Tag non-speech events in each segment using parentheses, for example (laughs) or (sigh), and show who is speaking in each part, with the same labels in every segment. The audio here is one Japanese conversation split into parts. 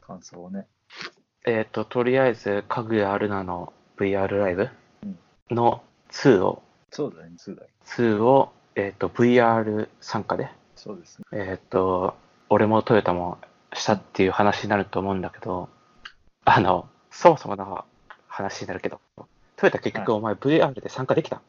Speaker 1: 感想をね。
Speaker 2: えっ、と、とりあえず、かぐやアルナの VR ライブ
Speaker 1: うん
Speaker 2: の2を、
Speaker 1: そうだね、2だね。
Speaker 2: 2を、えっ、と、VR 参加で、
Speaker 1: そうですね。
Speaker 2: えっ、と、俺もトヨタもしたっていう話になると思うんだけど、あの、そもそもの話になるけど、トヨタ結局お前 VR で参加できた、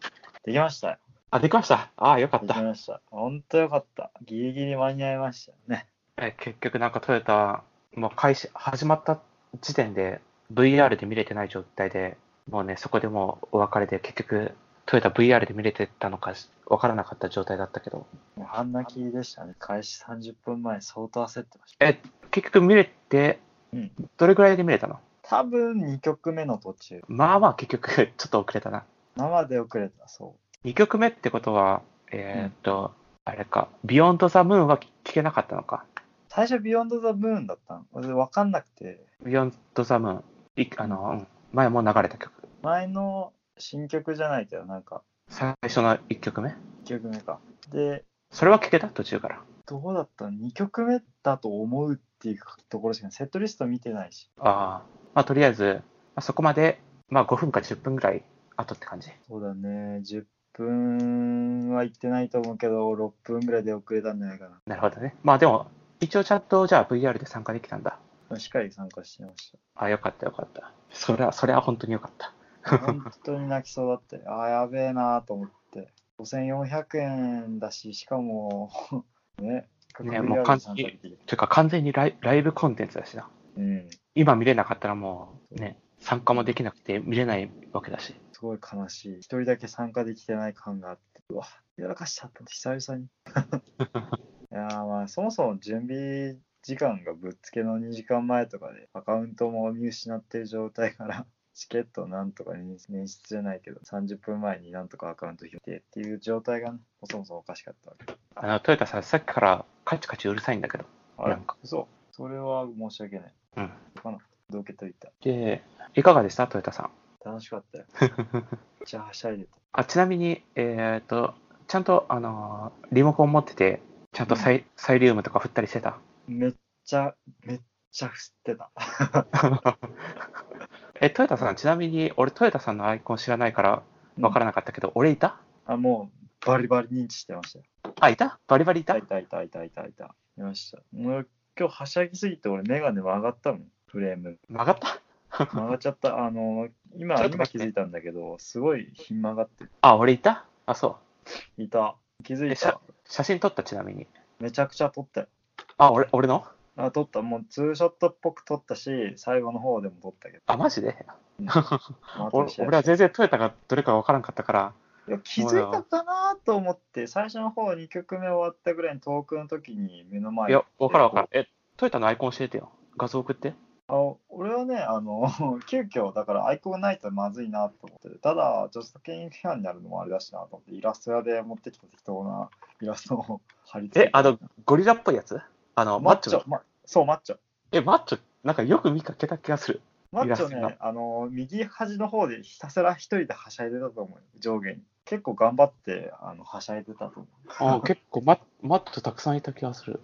Speaker 1: できましたよ。
Speaker 2: あ、できましたああ、よかっ
Speaker 1: でき
Speaker 2: た。
Speaker 1: ました。ほんとよかった。ギリギリ間に合いましたよね。
Speaker 2: え結局なんかトヨタ、もう開始、始まった時点で VR で見れてない状態で、もうね、そこでもうお別れで結局、トヨタ VR で見れてたのかしわからなかった状態だったけど、
Speaker 1: もう半泣きでしたね。開始30分前、相当焦ってました。
Speaker 2: え、結局見れて、
Speaker 1: うん。
Speaker 2: どれぐらいで見れたの
Speaker 1: 多分2曲目の途中。
Speaker 2: まあまあ結局ちょっと遅れたな。
Speaker 1: 生で遅れた、そ
Speaker 2: 2曲目ってことは、えーっと、あれか、ビヨンドザムーンは聞けなかったのか。
Speaker 1: う。最初、ビヨンド・ザ・ブーンだったの。俺、わかんなくて、
Speaker 2: ビヨンドザムーン、いあの、うん前も流れた曲。
Speaker 1: 前の新曲じゃないけど、なんか、
Speaker 2: 最初の1曲目。
Speaker 1: 1曲目か。で、
Speaker 2: それは聞けた途中から。
Speaker 1: どうだったの ?2 曲目だと思うっていうところしか、セットリスト見てないし。
Speaker 2: ああ、まあとりあえず、まあ、そこまで、まあ5分か10分ぐらい後って感じ。
Speaker 1: そうだね、10分は行ってないと思うけど、6分ぐらいで遅れたんじゃないか
Speaker 2: なるほどね。まあでも、一応ちゃんとじゃあ VR で参加できたんだ。
Speaker 1: な。しっかり参加してまし
Speaker 2: ああ、よかったよかった。それは、それは本当によかった。
Speaker 1: た。本当に泣きそうだったよ。 (laughs) ああ、やべえなーと思って。5400円だし、しかも、 (laughs) ね、
Speaker 2: ねもう完
Speaker 1: 参加できる。
Speaker 2: というか完全にライライブコンテンツだしな。
Speaker 1: うん、
Speaker 2: 今見れなかったらもうね、参加もできなくて見れないわけだし。
Speaker 1: すごい悲しい。一人だけ参加できてない感があって、うわ、やらかしちゃった、久
Speaker 2: (laughs)
Speaker 1: 々に。いやーまあ、そもそも準備時間がぶっつけの2時間前とかで、アカウントも見失ってる状態から、チケットなんとか捻捻出じゃないけど、30分前になんとかアカウント引いてっていう状態がね、そもそもおかしかったわけ。
Speaker 2: あの、トヨタさん、さっきからカチカチうるさいんだけど。
Speaker 1: あれ
Speaker 2: なんか
Speaker 1: そう。それは申し訳ない。
Speaker 2: うん。
Speaker 1: どけといた。
Speaker 2: で、いかがでしたトヨタさん。
Speaker 1: 楽しかったよ。めっちゃはしゃいでた。
Speaker 2: あちなみに、えっ、と、ちゃんと、あのーリモコン持ってて、ちゃんとサイ,、サイリウムとか振ったりしてた。
Speaker 1: めっちゃ、めっちゃ振ってた。
Speaker 2: (laughs) え、トヨタさん、ちなみに、俺、トヨタさんのアイコン知らないから分からなかったけど、俺いた
Speaker 1: あ、もうバリバリ認知してましたよ。
Speaker 2: あ、いたバリバリい
Speaker 1: いた
Speaker 2: た
Speaker 1: いたいたいたいたいた。いました。もう今日はしゃぎすぎて俺メガネ曲がったもん、フレー
Speaker 2: (laughs)
Speaker 1: ム。
Speaker 2: 曲がった (laughs)
Speaker 1: 曲がっちゃった。あの、今、
Speaker 2: ちょっと
Speaker 1: 今
Speaker 2: 待
Speaker 1: 気
Speaker 2: って
Speaker 1: づいたんだけど、すごいひん曲がってる
Speaker 2: あ、俺いたあ、そう。
Speaker 1: いた。気づ
Speaker 2: え
Speaker 1: い
Speaker 2: しゃ
Speaker 1: た。
Speaker 2: 写真撮った、ちなみに。
Speaker 1: めちゃくちゃ撮ったよ。
Speaker 2: あ、俺、俺の
Speaker 1: あ、撮った。もうツーショットっぽく撮ったし、最後の方でも撮ったけど。
Speaker 2: あ、マジで
Speaker 1: また
Speaker 2: 俺
Speaker 1: 試合
Speaker 2: 俺は全然トヨタがどれか分からんかったから、
Speaker 1: いや気づいたかなと思って、最初の方2曲目終わったぐらいのトークの時に目の前
Speaker 2: いや、分からん分からん。え、トヨタのアイコン教えてよ。画像送って。
Speaker 1: あ俺はね、あの、 (laughs) 急遽、だからアイコンないとまずいなと思ってる、ただ、著作権批判になるのもあれだしなと思って、イラスト屋で持ってきた適当なイラストを貼り付け
Speaker 2: え、あの、ゴリラっぽいやつあの、
Speaker 1: マ
Speaker 2: マッ
Speaker 1: ッ
Speaker 2: チ
Speaker 1: チ
Speaker 2: ョ
Speaker 1: ョ。まそう、マッチョ。
Speaker 2: え、マッチョ、なんかよく見かけた気がする。
Speaker 1: マッチョ
Speaker 2: イラス
Speaker 1: ね、あの、右端の方でひたすら一人ではしゃいでたと思うよ、上下に。結構頑張って、あの、はしゃいでたと思う。
Speaker 2: あ結構マ、マッチョたくさんいた気がする。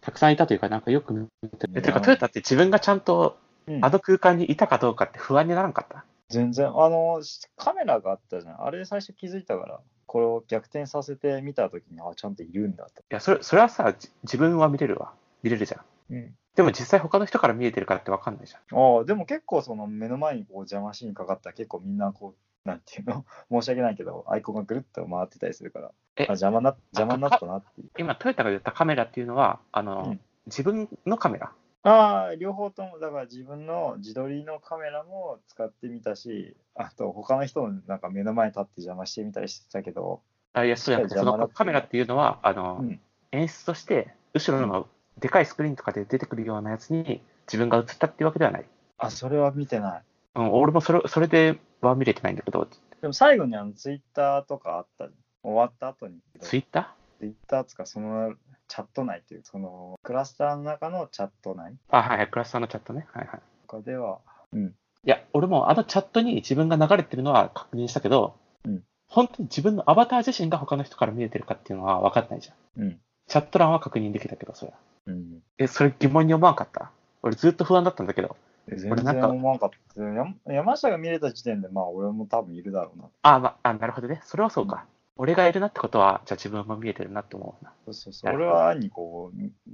Speaker 2: たくさんいたというか、なんかよく見て
Speaker 1: い
Speaker 2: え、
Speaker 1: や
Speaker 2: てか、トヨタって自分がちゃんと
Speaker 1: うん
Speaker 2: あの空間にいたかどうかって不安にならんかった。
Speaker 1: 全然、あの、カメラがあったじゃん。あれで最初気づいたから、これを逆転させてみた時に、あ、ちゃんといるんだと。
Speaker 2: いや、それ、それはさ、じ自分は見れるわ。見れるじゃん。
Speaker 1: うん。
Speaker 2: でも実際他の人から見えてるからってわかんないじゃん。
Speaker 1: ああ、でも結構その目の前にこう邪魔シーンかかったら結構みんなこう、なんていうの (laughs) 申し訳ないけど、アイコンがぐるっと回ってたりするから、あ
Speaker 2: え
Speaker 1: 邪魔な、邪魔になったなっていう。
Speaker 2: 今、トヨタが言ったカメラっていうのは、あの、
Speaker 1: うん
Speaker 2: 自分のカメラ。
Speaker 1: ああ、両方とも、だから自分の自撮りのカメラも使ってみたし、あと他の人のなんか目の前に立って邪魔してみたりしてたけど、
Speaker 2: あいや、そうじゃなくて、そ
Speaker 1: 邪魔だ
Speaker 2: のカメラっていうのは、あの、
Speaker 1: うん
Speaker 2: 演出として、後ろのでかいスクリーンとかで出てくるようなやつに自分が映ったっていうわけではない。
Speaker 1: あ、それは見てない。
Speaker 2: うん、俺もそれ、それでは見れてないんだけど、
Speaker 1: でも最後にあのツイッターとかあったじゃん終わった後に。
Speaker 2: ツイッター
Speaker 1: ツイッターつかそのチャット内っていう、そのクラスターの中のチャット内
Speaker 2: あ、はいはい、クラスさんのチャットね。はいはい。
Speaker 1: とかでは、
Speaker 2: いや、俺もあのチャットに自分が流れてるのは確認したけど、
Speaker 1: うん
Speaker 2: 本当に自分のアバター自身が他の人から見えてるかっていうのは分かんないじゃん。
Speaker 1: うん。
Speaker 2: チャット欄は確認できたけど、それは。
Speaker 1: うん
Speaker 2: え、それ疑問に思わんかった俺ずっと不安だったんだけど。
Speaker 1: え全
Speaker 2: 俺なんか
Speaker 1: 然思わなかった。山山下が見れた時点で、まあ俺も多分いるだろうな。
Speaker 2: あ、まあ、なるほどね。それはそうか。俺がいるなってことは、じゃあ自分も見えてるなって思うな。
Speaker 1: そうそうそう。俺は兄こ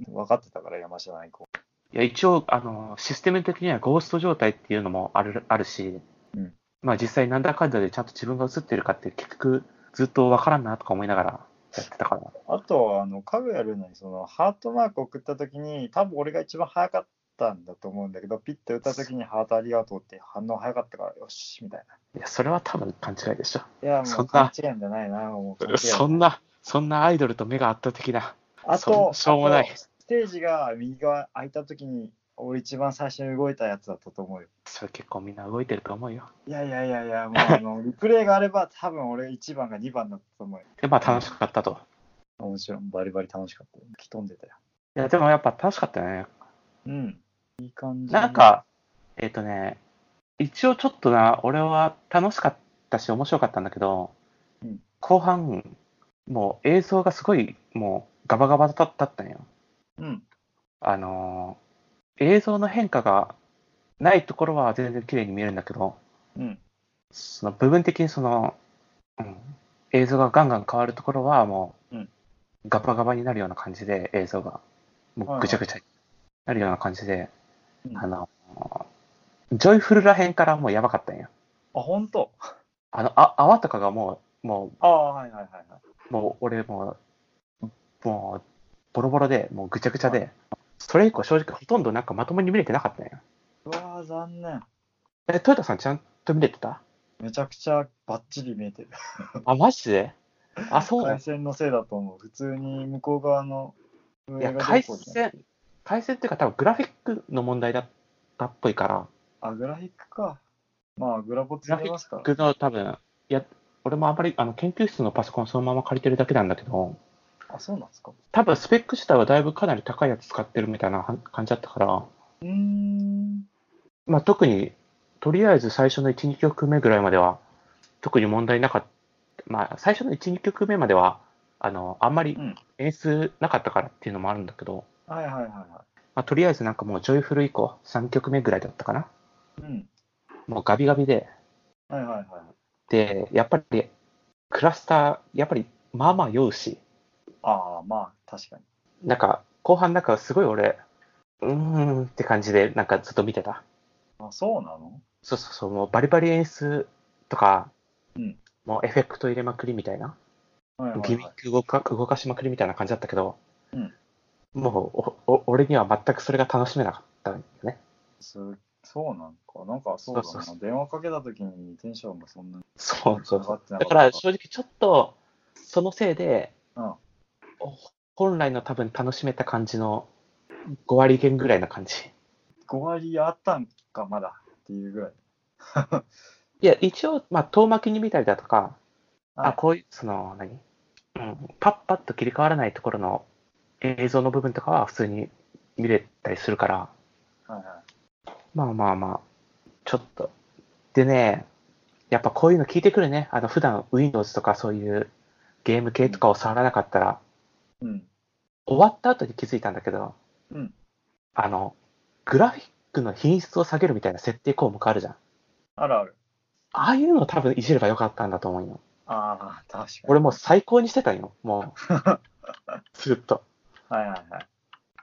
Speaker 1: う、分かってたから山下の兄こ
Speaker 2: いや、一応、あの、システム的にはゴースト状態っていうのもあるあるし、
Speaker 1: うん
Speaker 2: まあ実際なんだかんだでちゃんと自分が映ってるかって結局ずっとわからんなとか思いながらやってたから。
Speaker 1: あと、あの、かぐやるのに、その、ハートマーク送った時に、多分俺が一番早かったんだと思うんだけど、ピッて打った時に、ハートありがとうって反応早かったから、よし、みたいな。
Speaker 2: いや、それは多分勘違いでしょ。
Speaker 1: いや、も
Speaker 2: そ
Speaker 1: う
Speaker 2: んな
Speaker 1: 勘違いんじゃないな、もう勘違いだ。
Speaker 2: そんな、そんなアイドルと目が圧倒的な。
Speaker 1: あ
Speaker 2: そ
Speaker 1: と、
Speaker 2: んしょうもない
Speaker 1: あとステージが右側空いた時に、俺一番最初に動いたやつだったと思うよ。
Speaker 2: それ結構みんな動いてると思うよ。
Speaker 1: いやいやいやいや、もうあの、リプレイがあれば、多分俺1番が2番だったと思うよ。
Speaker 2: で、まあ楽しかったと。
Speaker 1: もちろん、バリバリ楽しかったよ。吹き飛んでたよ。
Speaker 2: いや、でもやっぱ楽しかったね。
Speaker 1: うん。いい感じ。
Speaker 2: なん、か、えっ、とね、一応ちょっとな、俺は楽しかったし面白かったんだけど、
Speaker 1: うん
Speaker 2: 後半、もう映像がすごい、もうガバガバだったんよ。
Speaker 1: うん。
Speaker 2: あのー映像の変化がないところは全然綺麗に見えるんだけど、
Speaker 1: うん。
Speaker 2: その部分的にその、うん、映像がガンガン変わるところはもう、
Speaker 1: うん
Speaker 2: ガバガバになるような感じで映像がもうぐちゃぐちゃになるような感じで、
Speaker 1: うん
Speaker 2: あ
Speaker 1: あ、
Speaker 2: のジョイフルらへんからもうやばかったんや
Speaker 1: 本当
Speaker 2: あのあ泡とかがもうも
Speaker 1: ああ、はいはいはいはい。
Speaker 2: うもう俺もうもうボロボロでもうぐちゃぐちゃで、それ以降正直ほとんどなんかまともに見れてなかったんや
Speaker 1: うわー、残念。
Speaker 2: えトヨタさんちゃんと見れてた
Speaker 1: めちゃくちゃバッチリ見えてる。
Speaker 2: あマジであそうなん
Speaker 1: 回線のせいだと思う。普通に向こう側の
Speaker 2: い
Speaker 1: 運
Speaker 2: や
Speaker 1: 営が
Speaker 2: 回
Speaker 1: どうこうじゃない
Speaker 2: 線回線っていうか多分グラフィックの問題だったっぽいから
Speaker 1: あ、グラフィックか。まあ、グラボつ
Speaker 2: グラ
Speaker 1: い
Speaker 2: フ
Speaker 1: て
Speaker 2: ィ
Speaker 1: ますから
Speaker 2: ッ。クの多分いや俺もあんまりあの研究室のパソコンそのまま借りてるだけなんだけど
Speaker 1: あ、そうなんですか。
Speaker 2: 多分スペック自体はだいぶかなり高いやつ使ってるみたいなは感じだったから、
Speaker 1: うーん。
Speaker 2: まあ、特にとりあえず最初の1、2曲目ぐらいまでは特に問題なかった、まあ、最初の1、2曲目まではあのあんまり
Speaker 1: うん
Speaker 2: 演出なかったからっていうのもあるんだけど、
Speaker 1: はいはいはいは。
Speaker 2: まあ、とりあえずなんかもうジョイフル以降3曲目ぐらいだったかない
Speaker 1: うん。
Speaker 2: もうガビガビで
Speaker 1: はいはいはい。
Speaker 2: でやっぱりクラスターやっぱりまあまあ酔うし
Speaker 1: ああ、まあ、確かに。
Speaker 2: なんか後半なんかすごい俺うーんって感じでなんかずっと見てた。
Speaker 1: あ、そうなの
Speaker 2: そうそうそう、もうバリバリ演出とか、
Speaker 1: うん
Speaker 2: もうエフェクト入れまくりみたいな、
Speaker 1: はいはい、
Speaker 2: ギミッ
Speaker 1: は
Speaker 2: ク動か動かしまくりみたいな感じだったけど、
Speaker 1: うん
Speaker 2: もうおお俺には全くそれが楽しめなかったんよね。
Speaker 1: い。すそうなんか。なんかそうだな。
Speaker 2: そうそう
Speaker 1: 電話かけたときにテンションがそんなに
Speaker 2: そうそう
Speaker 1: 上がってなか
Speaker 2: だ
Speaker 1: っ
Speaker 2: か
Speaker 1: た。
Speaker 2: ら正直ちょっと、そのせいで、
Speaker 1: うん
Speaker 2: 本来の多分楽しめた感じの5割減ぐらいな感じ。
Speaker 1: 5割あったんか、まだ。っていうぐらい。
Speaker 2: いや、一応、まあ、遠巻きに見たりだとか、
Speaker 1: は
Speaker 2: あ、
Speaker 1: い
Speaker 2: こういう、その、何、うん、パッパッと切り替わらないところの映像の部分とかは普通に見れたりするから、
Speaker 1: はいはい。
Speaker 2: まあまあまあ、ちょっと。でね、やっぱこういうの聞いてくるね。あの、普段 Windows とかそういうゲーム系とかを触らなかったら、
Speaker 1: うん。
Speaker 2: 終わった後に気づいたんだけど、
Speaker 1: うん
Speaker 2: あの、グラフィックの品質を下げるみたいな設定項目あるじゃん。
Speaker 1: あるある。
Speaker 2: ああいうの多分いじればよかったんだと思うよ。
Speaker 1: ああ、確かに。
Speaker 2: 俺もう最高にしてたんよ、もう。
Speaker 1: (laughs)
Speaker 2: ずっと。
Speaker 1: はいはいはい。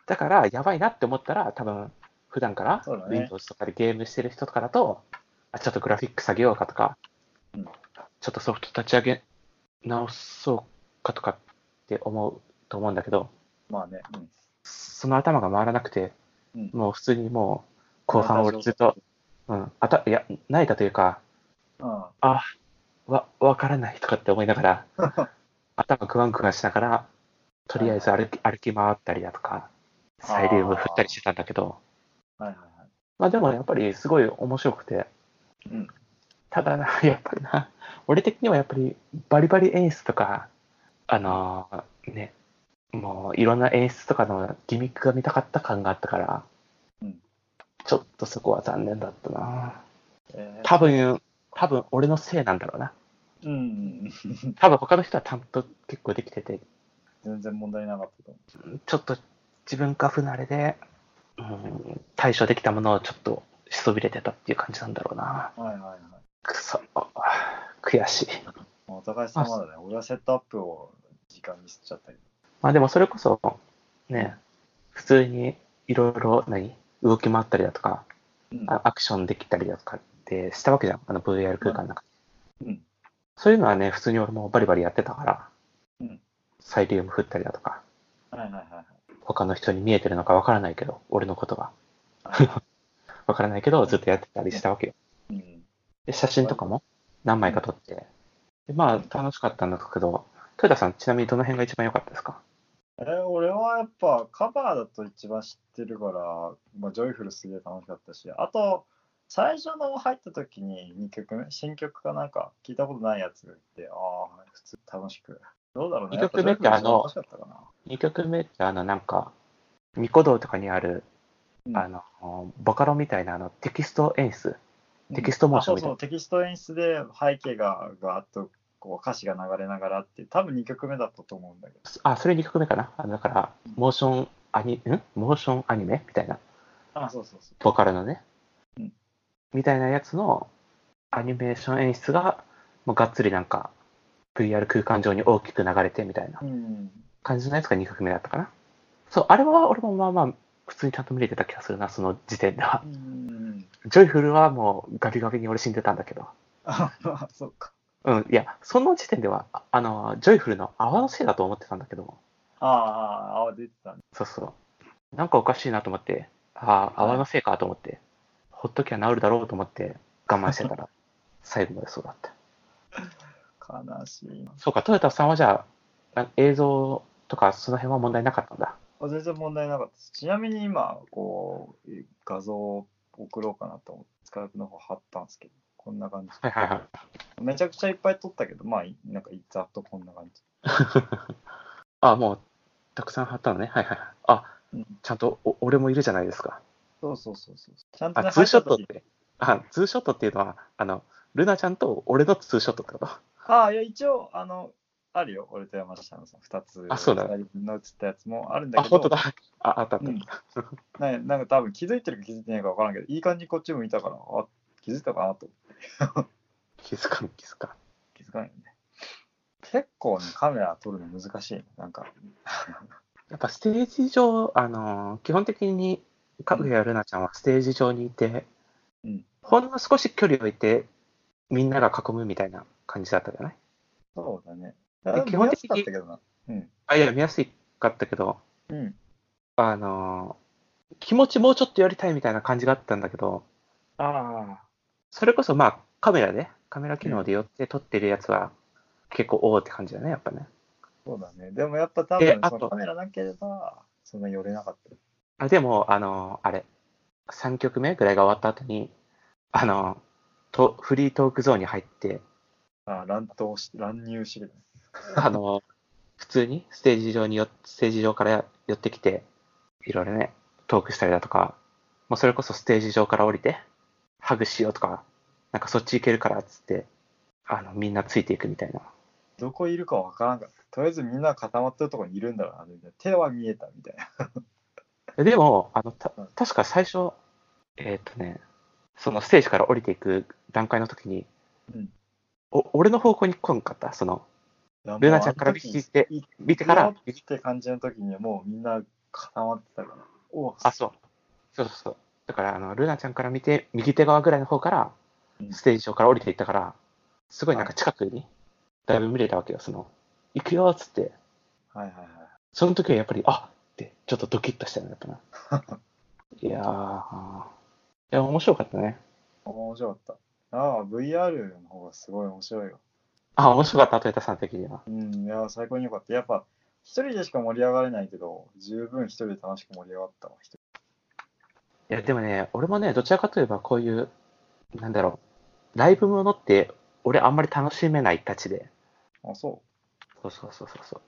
Speaker 2: だから、やばいなって思ったら、多分普段から
Speaker 1: そうだね
Speaker 2: Windows とかでゲームしてる人とかだと、あちょっとグラフィック下げようかとか、
Speaker 1: うん
Speaker 2: ちょっとソフト立ち上げ直そうかとかって思うと思うんだけど、
Speaker 1: まあね。うん、
Speaker 2: その頭が回らなくて、
Speaker 1: うん
Speaker 2: もう普通にもう、後半
Speaker 1: また
Speaker 2: 俺ずっと、うん、あたいや、泣いたというか、 (laughs)
Speaker 1: うん。 (laughs)
Speaker 2: あわ、わからないとかって思いながら、頭グワングワンしながら、とりあえず歩き歩き回ったりだとか、サイリウム振ったりしてたんだけど、
Speaker 1: はいはいはい。
Speaker 2: まあでもやっぱりすごい面白くて、
Speaker 1: うん
Speaker 2: ただな、やっぱりな、俺的にはやっぱりバリバリ演出とか、あのーね、もういろんな演出とかのギミックが見たかった感があったから、
Speaker 1: うん
Speaker 2: ちょっとそこは残念だったな。
Speaker 1: えー
Speaker 2: 多分、多分俺のせいなんだろうな。
Speaker 1: うんうんうん。
Speaker 2: 多分他の人はちゃんと結構できてて、
Speaker 1: 全然問題なかったと思
Speaker 2: ちょっと自分が不慣れで、うん、対処できたものをちょっとしそびれてたっていう感じなんだろうな。
Speaker 1: はいはいはい。
Speaker 2: くそ、あ悔しい。
Speaker 1: まあお互い様だね。俺はセットアップを時間ミスっちゃったり。
Speaker 2: まあでもそれこそ、ね、普通にいろいろ、何動き回ったりだとか、
Speaker 1: うん。
Speaker 2: あアクションできたりだとかってしたわけじゃん、あの VR 空間の中で。
Speaker 1: うん
Speaker 2: そういうのはね、普通に俺もバリバリやってたから、
Speaker 1: うん
Speaker 2: サイリウム振ったりだとか、
Speaker 1: はいはいはいはい。
Speaker 2: 他の人に見えてるのかわからないけど、俺のことが
Speaker 1: あ
Speaker 2: わからないけど、ずっとやってたりしたわけよ。
Speaker 1: うん。
Speaker 2: で、写真とかも何枚か撮って、でまあ楽しかったんだけど、豊田さん、ちなみにどの辺が一番良かったですか
Speaker 1: えー俺はやっぱカバーだと一番知ってるから、まあ、ジョイフルすげえ楽しかったし、あと、最初の入った時に2曲目、新曲かなんか聞いたことないやつで、ああ、普通楽しく。どうだろうね。
Speaker 2: 二曲目ってあの
Speaker 1: やぱジョイフル一番楽しかったかな
Speaker 2: 2曲目ってあのなんか、ニコ動とかにある、
Speaker 1: うん
Speaker 2: あの、ボカロみたいなあのテキスト演出、テキストモーション
Speaker 1: あそ
Speaker 2: みた
Speaker 1: う
Speaker 2: い
Speaker 1: そう
Speaker 2: な。
Speaker 1: テキスト演出で背景がガーッとこう歌詞が流れながらって多分2曲目だったと思うんだけど
Speaker 2: あ、それ2曲目かな。あのだから、モーションアニ、んモーションアニメみたいな、
Speaker 1: あそうそうそ
Speaker 2: ボカロのね
Speaker 1: うん。
Speaker 2: みたいなやつのアニメーション演出が、もうがっつりなんか、VR 空間上に大きく流れてみたいな
Speaker 1: ううん
Speaker 2: 感じのやつが2曲目だったかな。そう、あれは俺もまあまあ、普通にちゃんと見れてた気がするな、その時点では
Speaker 1: う。ん (laughs)
Speaker 2: ジョイフルはもうガビガビに俺死んでたんだけど。
Speaker 1: あそっか
Speaker 2: うん、いや、その時点では、ああの、ジョイフルの泡のせいだと思ってたんだけども、
Speaker 1: ああああ出てたね
Speaker 2: そうそう。なんかおかしいなと思って、ああ、泡のせいかと思って、ほっときゃ治るだろうと思って我慢してたら、 (laughs) 最後までそうだった。
Speaker 1: 悲しいな
Speaker 2: そうか、トヨタさんはじゃあ、あ映像とかその辺は問題なかったんだ。
Speaker 1: あ全然問題なかったですちなみに今こう画像を送ろうかなと思ってスカイプの方貼ったんですけどこんな感
Speaker 2: はいはいはい。
Speaker 1: じめちゃくちゃいっぱい撮ったけどまあいなんかざっとこんな感じ
Speaker 2: (laughs) あ、もう、たくさん貼ったのね。はいはいはい。あ
Speaker 1: うん、
Speaker 2: ちゃんとお、俺もいるじゃないですか。
Speaker 1: そうそうそうそうちゃんとね
Speaker 2: あ、ツーショットっ
Speaker 1: 入った時
Speaker 2: て。あ、ツーショットっていうのは、あの、ルナちゃんと俺のツーショットってこと
Speaker 1: ああ、いや、一応、あの、あるよ、俺と山下のさ、2つ、
Speaker 2: あそうだ
Speaker 1: 二人の映ったやつもあるんだ
Speaker 2: あ、
Speaker 1: けど、
Speaker 2: 本当だ。あ、あったあった。
Speaker 1: うんななんか多分気づいてるか気づいてないか分からんけど、いい感じにこっち向いたから、あ気づいたかなと
Speaker 2: 気づかん、気づかん。
Speaker 1: 気づかないよね。結構ね、カメラ撮るの難しい。なんか、
Speaker 2: やっぱステージ上、あのー基本的に、かぐやルナちゃんはステージ上にいて、
Speaker 1: うん
Speaker 2: ほんの少し距離を置いて、みんなが囲むみたいな感じだったじゃない
Speaker 1: そうだね。
Speaker 2: で基本的に
Speaker 1: 見やすかったけどな。うん。
Speaker 2: あ、いや、見やすかったけど、
Speaker 1: うん。
Speaker 2: あのー気持ちもうちょっとやりたいみたいな感じがあったんだけど、
Speaker 1: あ
Speaker 2: それこそまあカメラで、カメラ機能で寄って撮ってるやつは結構おおって感じだね、やっぱね。
Speaker 1: あ、そうだね。でもやっぱ多
Speaker 2: で
Speaker 1: 分、
Speaker 2: あ
Speaker 1: そ
Speaker 2: と
Speaker 1: のカメラなければ、そんな寄れなかった。
Speaker 2: あでも、あの、あれ、3曲目ぐらいが終わった後に、あの、とフリートークゾーンに入って、
Speaker 1: ああ、乱闘し、乱入してる。
Speaker 2: あの、普通にステージ上によ、ステージ上から寄ってきて、いろいろね、トークしたりだとか、もうそれこそステージ上から降りて、ハグしようとか、なんかそっち行けるからっつって、あの、みんなついていくみたいな。
Speaker 1: どこいるか分からんかった。とりあえずみんな固まってるとこにいるんだろうな、みたいな。手は見えたみたいな。
Speaker 2: えでも、あの、た
Speaker 1: うん
Speaker 2: 確か最初、えーっ、とね、そのステージから降りていく段階の時に、
Speaker 1: うん
Speaker 2: お俺の方向に来んかったその、
Speaker 1: ル
Speaker 2: ルナちゃんから見聞いて
Speaker 1: 行
Speaker 2: 見てから、
Speaker 1: って感じの時にはもうみんな固まってたから。おう
Speaker 2: あ、そう。そうそうそう。だから、あの、ルナちゃんから見て、右手側ぐらいの方から
Speaker 1: う、ん
Speaker 2: ステージ上から降りていったから、すごいなんか近くに、だいぶ見れたわけよ、その、行くよっつって、
Speaker 1: はいはいはい。
Speaker 2: その時はやっぱり、あっって、ちょっとドキッとしたよね、やっぱな。
Speaker 1: (laughs)
Speaker 2: いやー、いや、面白かったね。
Speaker 1: 面白かった。ああ、VR の方がすごい面白いよ。
Speaker 2: あ、面白かった、トヨタさん的には。
Speaker 1: うん、いや、最高に良かった。やっぱ、一人でしか盛り上がれないけど、十分一人で楽しく盛り上がったわ。一人
Speaker 2: いや、でもね、俺もね、どちらかといえばこういう、なんだろう、ライブものって、俺あんまり楽しめないたちで、
Speaker 1: あ、そ
Speaker 2: そうそうそうそうそう。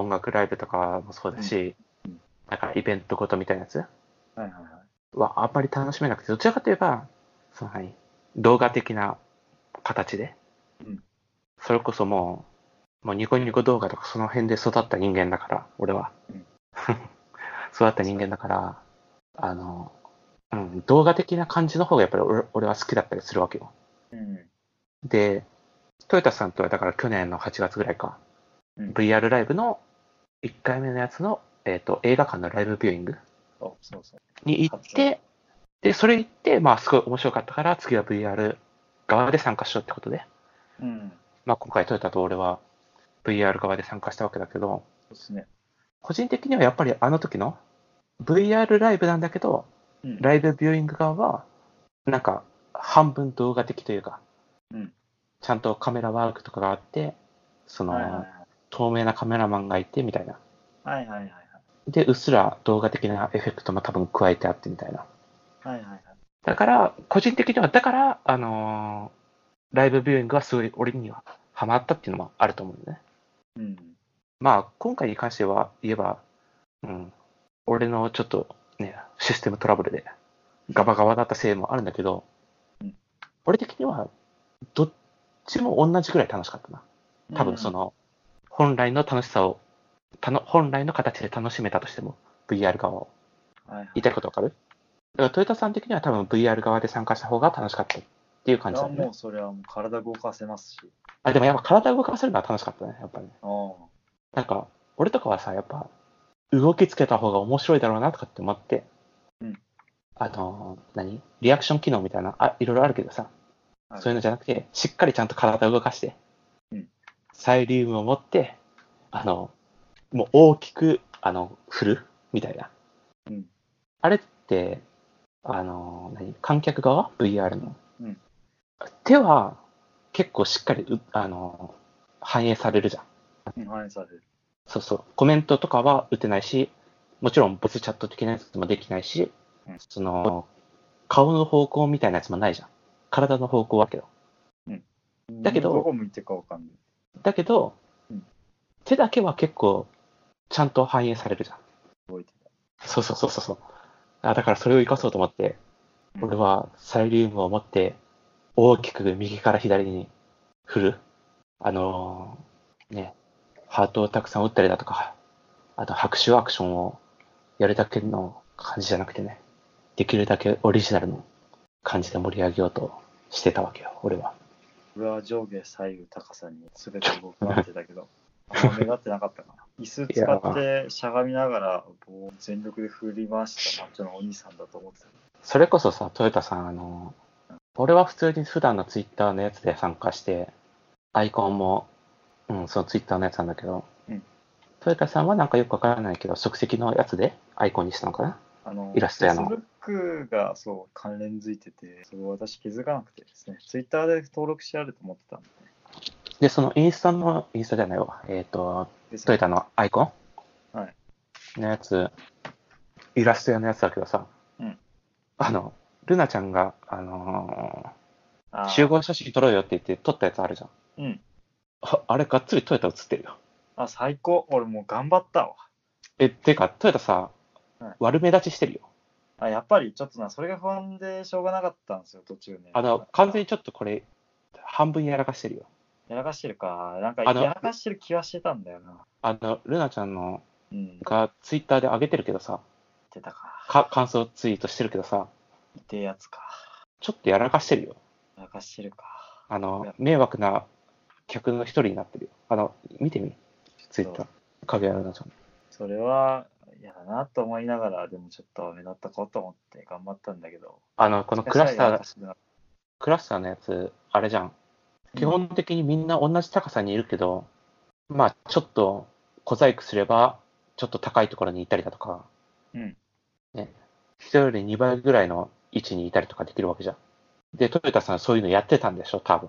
Speaker 2: 音楽ライブとかもそうだし、
Speaker 1: うんうん
Speaker 2: なんかイベントごとみたいなやつ
Speaker 1: う。はいはいはい。
Speaker 2: はあんまり楽しめなくて、どちらかといえば、その何動画的な形で、
Speaker 1: うん
Speaker 2: それこそもう、もうニコニコ動画とかその (laughs) 辺で育った人間だから、俺は。
Speaker 1: うん
Speaker 2: 育った人間だから、あの、うん、動画的な感じの方がやっぱり俺俺は好きだったりするわけよ。
Speaker 1: うん。
Speaker 2: で、トヨタさんとはだから去年の8月ぐらいか、
Speaker 1: うん
Speaker 2: VR ライブの1回目のやつの、えっと映画館のライブビューイング
Speaker 1: あ、そうそう。
Speaker 2: に行って、で、それ行って、まあすごい面白かったから、次は VR 側で参加しようってことで、
Speaker 1: うん。
Speaker 2: まあ今回トヨタと俺は VR 側で参加したわけだけど、
Speaker 1: そうですね。
Speaker 2: 個人的にはやっぱりあの時の VR ライブなんだけど、
Speaker 1: うん。
Speaker 2: ライブビューイング側は、なんか半分動画的というか、
Speaker 1: うん
Speaker 2: ちゃんとカメラワークとかがあって、その、
Speaker 1: はいはい
Speaker 2: 透明なカメラマンがいてみたいな。
Speaker 1: はい。はいはいはい
Speaker 2: で、うっすら動画的なエフェクトも多分加えてあってみたいな。
Speaker 1: はい。はいはいはい。
Speaker 2: だから、個人的には、だから、あのーライブビューイングはすごい俺にはハマったっていうのもあると思うんだね。
Speaker 1: うん。
Speaker 2: まあ、今回に関しては言えば、うん、俺のちょっとね、システムトラブルでガバガバだったせいもあるんだけど
Speaker 1: うん、
Speaker 2: 俺的にはどっちも同じぐらい楽しかったな。多分そ
Speaker 1: の。
Speaker 2: の、本来の楽しさを、たの本来の形で楽しめたとしても、VR 側を。
Speaker 1: はいはい
Speaker 2: 言いたいことわかるだからトヨタさん的には多分 VR 側で参加した方が楽しかったっていう感じだ
Speaker 1: あ
Speaker 2: よね
Speaker 1: もう。それはもう体動かせますし。
Speaker 2: あ、でもやっぱ体動かせるのは楽しかったね、やっぱりね。
Speaker 1: ああ。
Speaker 2: なんか、俺とかはさ、やっぱ、動きつけた方が面白いだろうなとかって思って、
Speaker 1: うん
Speaker 2: あのー、何リアクション機能みたいな、あいろいろあるけどさ、
Speaker 1: はい
Speaker 2: そういうのじゃなくて、しっかりちゃんと体を動かして、
Speaker 1: うん
Speaker 2: サイリウムを持って、あの、もう大きく、あの、振るみたいな。
Speaker 1: うん
Speaker 2: あれって、あの、何観客側 ?VR の。
Speaker 1: うん
Speaker 2: 手は結構しっかりう、あの、反映されるじゃん。
Speaker 1: うん反映される。
Speaker 2: そうそう。コメントとかは打てないし、もちろんボスチャット的なやつもできないし、
Speaker 1: うん
Speaker 2: その、顔の方向みたいなやつもないじゃん。体の方向はけど。だけど
Speaker 1: どこ向いてかわかんない。
Speaker 2: だけど、
Speaker 1: うん
Speaker 2: 手だけは結構、ちゃんと反映されるじゃん。
Speaker 1: 動いてた。
Speaker 2: そうそうそうそうそう。あだからそれを生かそうと思って、
Speaker 1: うん
Speaker 2: 俺はサイリウムを持って、大きく右から左に振る。あのーね、ハートをたくさん打ったりだとか、あと拍手アクションをやるだけの感じじゃなくてね、できるだけオリジナルの感じで盛り上げようとしてたわけよ、俺は。
Speaker 1: 俺は上下左右高さに全て動かってたけど、あんま目立ってなかったかな。椅子使ってしゃがみながら棒を全力で振り回したマッチョのお兄さんだと思ってた。
Speaker 2: それこそさ、トヨタさん、あの、俺は普通に普段のツイッターのやつで参加して、アイコンも、うん、そのツイッターのやつなんだけど、
Speaker 1: うん
Speaker 2: トヨタさんはなんかよくわからないけど、即席のやつでアイコンにしたのかな
Speaker 1: あの、
Speaker 2: イラストやな
Speaker 1: Facebook がそう関連づいてて、それを私気づかなくてですね、Twitter で登録してあると思ってたんで、
Speaker 2: で、そのインスタの、インスタじゃないわ、えっ、と、
Speaker 1: で
Speaker 2: トヨタのアイコン
Speaker 1: はい
Speaker 2: のやつ、イラスト屋のやつだけどさ、
Speaker 1: うん
Speaker 2: あの、ルナちゃんが、あの
Speaker 1: あ
Speaker 2: ー
Speaker 1: ー
Speaker 2: 集合写真撮ろうよって言って撮ったやつあるじゃん。
Speaker 1: うん。
Speaker 2: ああれ、がっつりトヨタ写ってるよ。
Speaker 1: あ、最高。俺もう頑張ったわ。
Speaker 2: え、てか、トヨタさ、
Speaker 1: はい
Speaker 2: 悪目立ちしてるよ。
Speaker 1: あやっぱりちょっとな、それが不安でしょうがなかったんですよ、途中ね。
Speaker 2: あの、完全にちょっとこれ、半分やらかしてるよ。
Speaker 1: やらかしてるか。なんか、
Speaker 2: あの
Speaker 1: やらかしてる気はしてたんだよな。
Speaker 2: あの、ルナちゃんの
Speaker 1: うん。言っ
Speaker 2: がツイッターで上げてるけどさ、
Speaker 1: てたか。
Speaker 2: か感想ツイートしてるけどさ、
Speaker 1: いてえやつか。
Speaker 2: ちょっとやらかしてるよ。
Speaker 1: やらかしてるか。
Speaker 2: あの
Speaker 1: や、
Speaker 2: 迷惑な客の一人になってるよ。あの、見てみ、ツイッター。影谷ルナちゃん。
Speaker 1: それは嫌だなと思いながら、でもちょっと目立ったかと思って頑張ったんだけど。
Speaker 2: あの、このクラスタ
Speaker 1: やら
Speaker 2: ー
Speaker 1: か、してなかっ
Speaker 2: クラスターのやつ、あれじゃん。
Speaker 1: た
Speaker 2: 基本的にみんな同じ高さにいるけど、まあ、ちょっと小細工すれば、ちょっと高いところにいたりだとか、
Speaker 1: うん
Speaker 2: ね、人より2倍ぐらいの位置にいたりとかできるわけじゃん。で、トヨタさんそういうのやってたんでしょ、多分。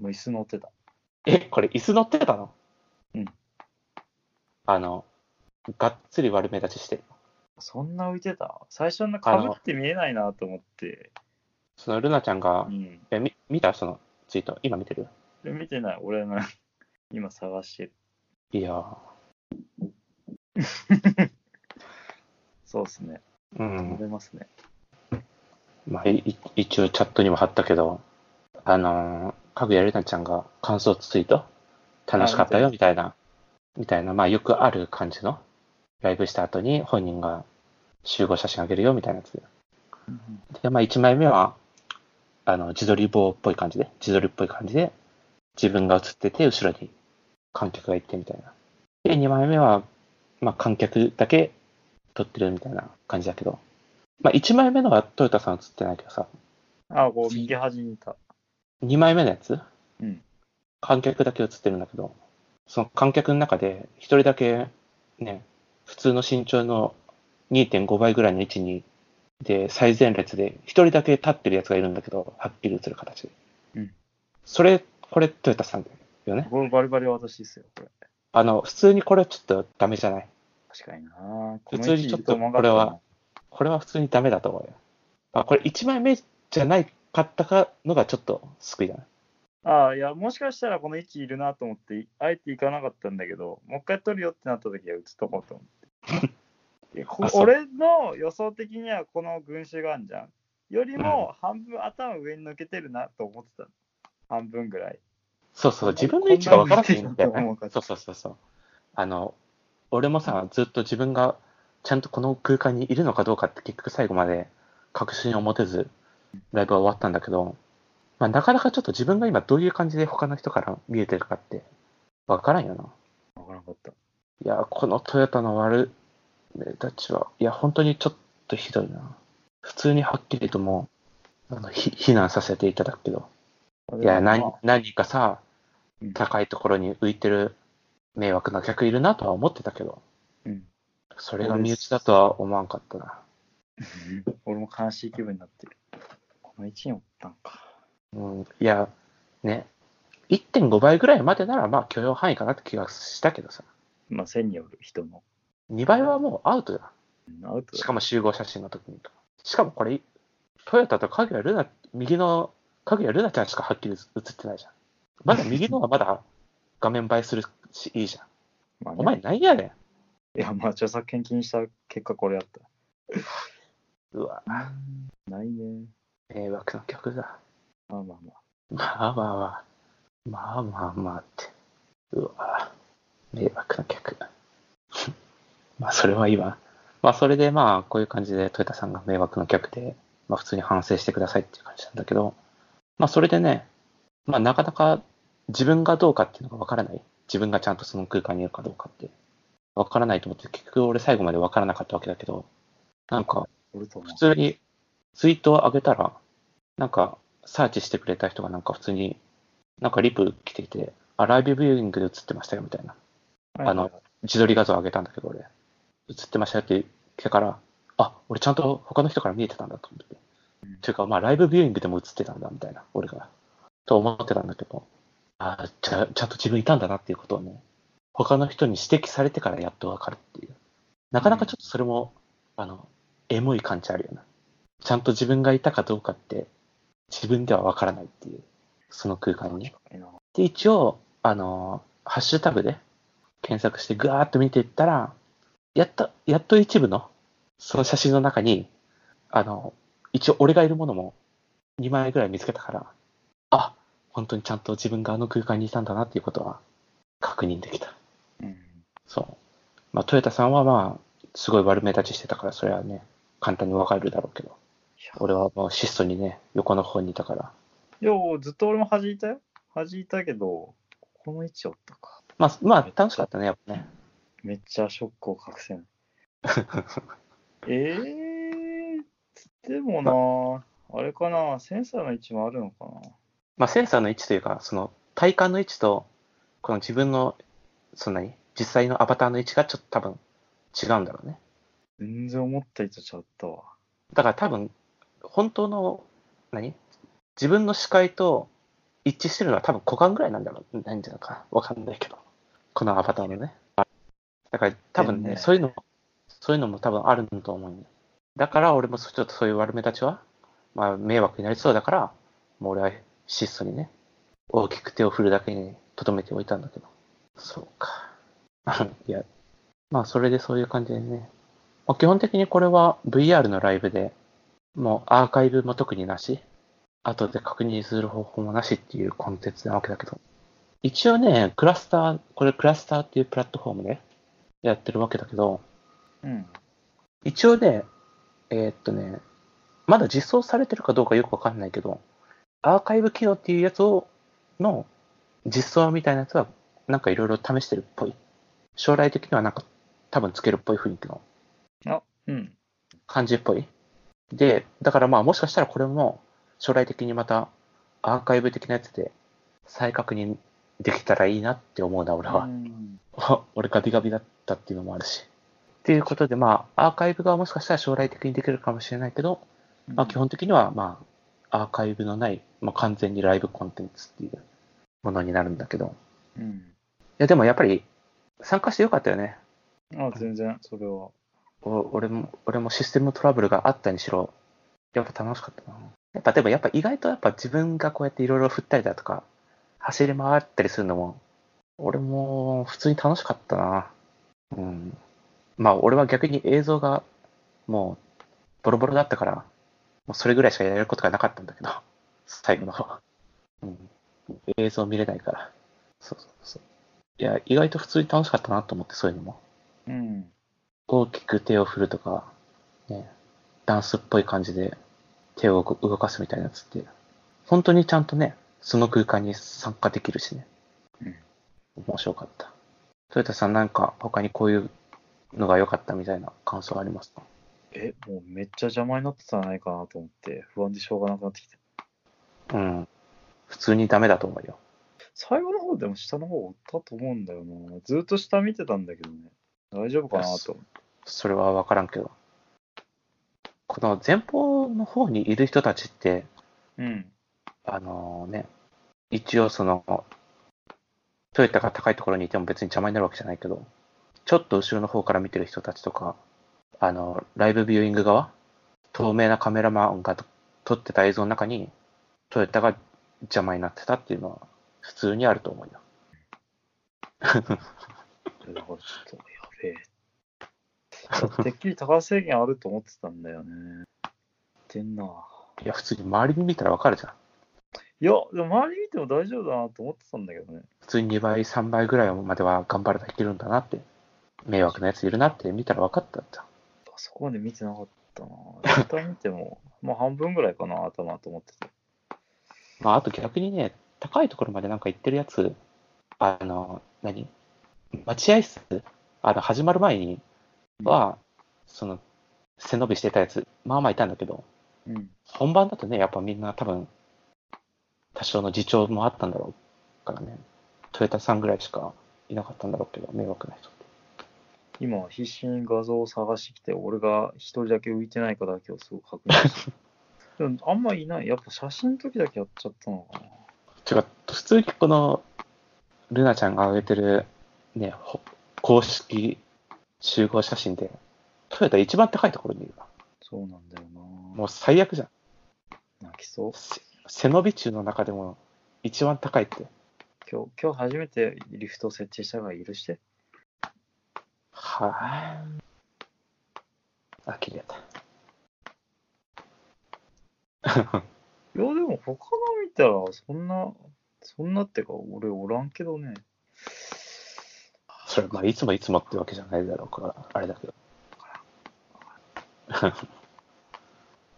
Speaker 1: もう椅子乗ってた。
Speaker 2: え、これ椅子乗ってたの
Speaker 1: うん。
Speaker 2: あの、がっつり悪目立ちしてる。
Speaker 1: そんな浮いてた最初のかぶって見えないなと思って。
Speaker 2: そのルナちゃんが
Speaker 1: う、ん。
Speaker 2: え、み見たそのツイート。今見てる
Speaker 1: で見てない。俺の (laughs) 今探してる。 (laughs)
Speaker 2: いやー。
Speaker 1: そうですね。
Speaker 2: う
Speaker 1: 乗
Speaker 2: ん。
Speaker 1: れますね。
Speaker 2: まあ、いい一応チャットにも貼ったけど、あのー、かぐやるなちゃんが感想ツイート楽しかったよみたいな、みたいな、まあよくある感じのライブした後に本人が集合写真あげるよみたいなやつで。
Speaker 1: うん
Speaker 2: で、まあ、1枚目は、あの、自撮り棒っぽい感じで、自撮りっぽい感じで、自分が写ってて、後ろに観客がいてみたいな。で、2枚目は、まあ、観客だけ撮ってるみたいな感じだけど、まあ、1枚目のはトヨタさん写ってないけどさ、
Speaker 1: あ、こう、右端にいた。
Speaker 2: 2枚目のやつ、
Speaker 1: うん
Speaker 2: 観客だけ写ってるんだけど、その観客の中で、1人だけ、ね、普通の身長の2.5倍ぐらいの位置に、で、最前列で、1人だけ立ってるやつがいるんだけど、はっきり写る形で。
Speaker 1: うん
Speaker 2: それ、これ、トヨタさんだよね。
Speaker 1: これバリバリ私ですよ、これ。
Speaker 2: あの、普通にこれちょっとダメじゃない。
Speaker 1: 確かにな
Speaker 2: 普通にちょっとこれは。これは普通にダメだと思うよ。あ、これ1枚目じゃないかったかのがちょっと救いだな。
Speaker 1: ああ、いや、もしかしたらこの位置いるなと思って、あえて行かなかったんだけど、もう一回取るよってなった時は打つとこうと思 (laughs) って。いやこ
Speaker 2: あそう
Speaker 1: 俺の予想的にはこの群衆があるじゃん。よりも半分頭上に抜けてるなと思ってたの。半分ぐらい。
Speaker 2: そうそう、自分の位置が分からないんだよ
Speaker 1: こんなの見てると思う
Speaker 2: ね
Speaker 1: か。ら
Speaker 2: そうそうそうそう。あの、俺もさ、ずっと自分がちゃんとこの空間にいるのかどうかって結局最後まで確信を持てず、ライブは終わったんだけど、まあ、なかなかちょっと自分が今どういう感じで他の人から見えてるかって分からんよな。
Speaker 1: わからなかった。
Speaker 2: いや、このトヨタの悪目たちは、いや、本当にちょっとひどいな。普通にはっきりともう、あの、ひ避難させていただくけど、いや、何
Speaker 1: まあ
Speaker 2: 何人かさ
Speaker 1: うん、
Speaker 2: 高いところに浮いてる迷惑な客いるなとは思ってたけど、
Speaker 1: うん
Speaker 2: それが身内だとは思わんかったな。
Speaker 1: 俺も悲しい気分になってる。この位置におったんか。
Speaker 2: うん、いや、ね、1.5倍ぐらいまでなら、まあ許容範囲かなって気がしたけどさ、
Speaker 1: まあ、線による人の。
Speaker 2: 2倍はもうアウトだ。
Speaker 1: アウト
Speaker 2: し
Speaker 1: だ
Speaker 2: かも集合写真の時に。しかもこれ、トヨタと影谷ルナ、右の影谷ルナちゃんしかはっきり写ってないじゃん。まだ右のはまだ画面映えするし、いいじゃん。
Speaker 1: まあね
Speaker 2: お前何やねん。
Speaker 1: いや、まあ、著作権気にした結果これやった。
Speaker 2: うわ、
Speaker 1: ないね。
Speaker 2: 迷惑な客だ。
Speaker 1: まあまあまあ。
Speaker 2: まあまあまあ、まあまあまあって。うわ、迷惑な客。 (laughs) まあそれはいいわ。まあそれでまあこういう感じでトヨタさんが迷惑な客で、まあ普通に反省してくださいっていう感じなんだけど、まあそれでね、まあなかなか自分がどうかっていうのがわからない。自分がちゃんとその空間にいるかどうかって。わからないと思って結局俺最後までわからなかったわけだけど、なんか
Speaker 1: 俺とも
Speaker 2: 普。通にツイートを上げたら、なんか、サーチしてくれた人がなんか普通に、なんかリプ来ていて、あ、ライブビューイングで映ってましたよみたいな。あの
Speaker 1: はいはい
Speaker 2: 自撮り画像上げたんだけど、俺。映ってましたよって来てから、あ、俺ちゃんと他の人から見えてたんだと思って。
Speaker 1: うん
Speaker 2: というか、まあ、ライブビューイングでも映ってたんだみたいな、俺が。と思ってたんだけど、あちゃちゃんと自分いたんだなっていうことをね、他の人に指摘されてからやっとわかるっていう。なかなかちょっとそれも、あの、エモい感じあるよな。ちゃんと自分がいたかどうかって、自分ではわからないっていう、その空間に。
Speaker 1: 確かにな
Speaker 2: で、一応、あのーハッシュタグで検索してぐわーっと見ていったら、やっと、やっと一部の、その写真の中に、あの、一応俺がいるものも2枚ぐらい見つけたから、あ、本当にちゃんと自分があの空間にいたんだなっていうことは確認できた。
Speaker 1: うん
Speaker 2: そう。まあ、トヨタさんはまあ、すごい悪目立ちしてたから、それはね、簡単にわかるだろうけど、俺はもう質素にね、横の方にいたから、
Speaker 1: いや、ずっと俺も弾いたよ。弾いたけど、この位置おったか。
Speaker 2: まあ、まあ、楽しかったね、やっぱね。
Speaker 1: めっちゃショックを隠せ
Speaker 2: (laughs)
Speaker 1: ない。えー、でもな、あれかな、センサーの位置もあるのかな。
Speaker 2: まあ、センサーの位置というか、その体感の位置と、この自分の、そんなに、実際のアバターの位置がちょっと多分違うんだろうね。
Speaker 1: 全然思った位置とちゃったわ。
Speaker 2: だから多分、本当の、何自分の視界と一致してるのは多分股間ぐらいなんだろう。ないんじゃないか。わかんないけど。このアバターのね。だから多分ね、
Speaker 1: ね
Speaker 2: そういうの、そういうのも多分あるんだと思う、ね、だから俺もちょっとそういう悪目立ちは、まあ迷惑になりそうだから、もう俺は質素にね、大きく手を振るだけにとどめておいたんだけど。そうか。 (laughs) いや、まあそれでそういう感じでね。まあ、基本的にこれは VR のライブで、もうアーカイブも特になし、後で確認する方法もなしっていうコンテンツなわけだけど、一応ね、クラスター、これクラスターっていうプラットフォームでやってるわけだけど、
Speaker 1: うん。
Speaker 2: 一応ね、えーっとね、まだ実装されてるかどうかよくわかんないけど、アーカイブ機能っていうやつを、の実装みたいなやつは、なんかいろいろ試してるっぽい。将来的にはなんか多分つけるっぽい雰囲気の
Speaker 1: あ、うん。
Speaker 2: 感じっぽい。で、だからまあもしかしたらこれも将来的にまたアーカイブ的なやつで再確認できたらいいなって思うな、俺は。 (laughs)
Speaker 1: うん
Speaker 2: わ俺ガビガビだったっていうのもあるし。っていうことで、まあ、アーカイブがもしかしたら将来的にできるかもしれないけど、まあ、基本的には、まあ、アーカイブのない、まあ、完全にライブコンテンツっていうものになるんだけど。
Speaker 1: うん。
Speaker 2: いや、でもやっぱり、参加してよかったよね。
Speaker 1: あ、全然、それは。
Speaker 2: お俺も、俺もシステムトラブルがあったにしろ、やっぱ楽しかったな。やっぱ、でもやっぱ意外とやっぱ自分がこうやっていろいろ振ったりだとか、走り回ったりするのも、俺も普通に楽しかったな。うん。まあ俺は逆に映像がもうボロボロだったから、もうそれぐらいしかやれることがなかったんだけど、 (laughs) 最後の方は。うん。映像見れないから。そうそうそう。いや、意外と普通に楽しかったなと思って、そういうのも。
Speaker 1: うん。
Speaker 2: 大きく手を振るとか、ね、ダンスっぽい感じで手を動かすみたいなやつって、本当にちゃんとね、その空間に参加できるしね。
Speaker 1: うん
Speaker 2: 面白かった。トヨタさんなんか他にこういうのが良かったみたいな感想ありますか
Speaker 1: え、もうめっちゃ邪魔になってたんじゃないかなと思って、不安でしょうがなくなってきて。
Speaker 2: うん。普通にダメだと思うよ。
Speaker 1: 最後の方でも下の方おったと思うんだよな。ずっと下見てたんだけどね。大丈夫かなと思って。
Speaker 2: それは分からんけど。この前方の方にいる人たちって、
Speaker 1: うん。
Speaker 2: あのね、一応その、トヨタが高いところにいても別に邪魔になるわけじゃないけど、ちょっと後ろの方から見てる人たちとか、あの、ライブビューイング側、透明なカメラマンがと撮ってた映像の中に、トヨタが邪魔になってたっていうのは、普通にあると思うよ。
Speaker 1: だからちょっと、やべえ。 (laughs) てっきり高制限あると思ってたんだよね。言ってんな。
Speaker 2: いや、普通に周りに見たらわかるじゃん。
Speaker 1: いや、でも周り見ても大丈夫だなと思ってたんだけどね。
Speaker 2: 普通に2倍、3倍ぐらいまでは頑張ればいけるんだなって、迷惑なやついるなって見たらわかったじゃん。
Speaker 1: あそこまで見てなかったな。下見ても、まあ半分ぐらいかな、頭と思ってた。
Speaker 2: まあ、あと逆にね、高いところまでなんか行ってるやつ、あの、何待合室、あの、始まる前には、その、背伸びしてたやつ、まあまあいたんだけど、
Speaker 1: うん。
Speaker 2: 本番だとね、やっぱみんな多分、多少の事情もあったんだろうからね、トヨタさんぐらいしかいなかったんだろうけど、迷惑な人って。
Speaker 1: 今、必死に画像を探してきて、俺が一人だけ浮いてないかだけをすごく確認してる。でもあんまいない。やっぱ写真の時だけやっちゃったのかな。
Speaker 2: 違う、普通にこの、ルナちゃんが上げてる、ね、ほ公式集合写真で、トヨタ一番高いところにいるな。
Speaker 1: そうなんだよな。
Speaker 2: もう最悪じゃん。
Speaker 1: 泣きそう。
Speaker 2: せ背伸び中の中でも一番高いって。
Speaker 1: 今日、今日初めてリフトを設置したから許して。
Speaker 2: はぁ、あ、綺麗だ。
Speaker 1: いや、でも他の見たら、そんな、そんなってか、俺おらんけどね。
Speaker 2: それ、まあ、いつもいつもってわけじゃないだろうから、あれだけど。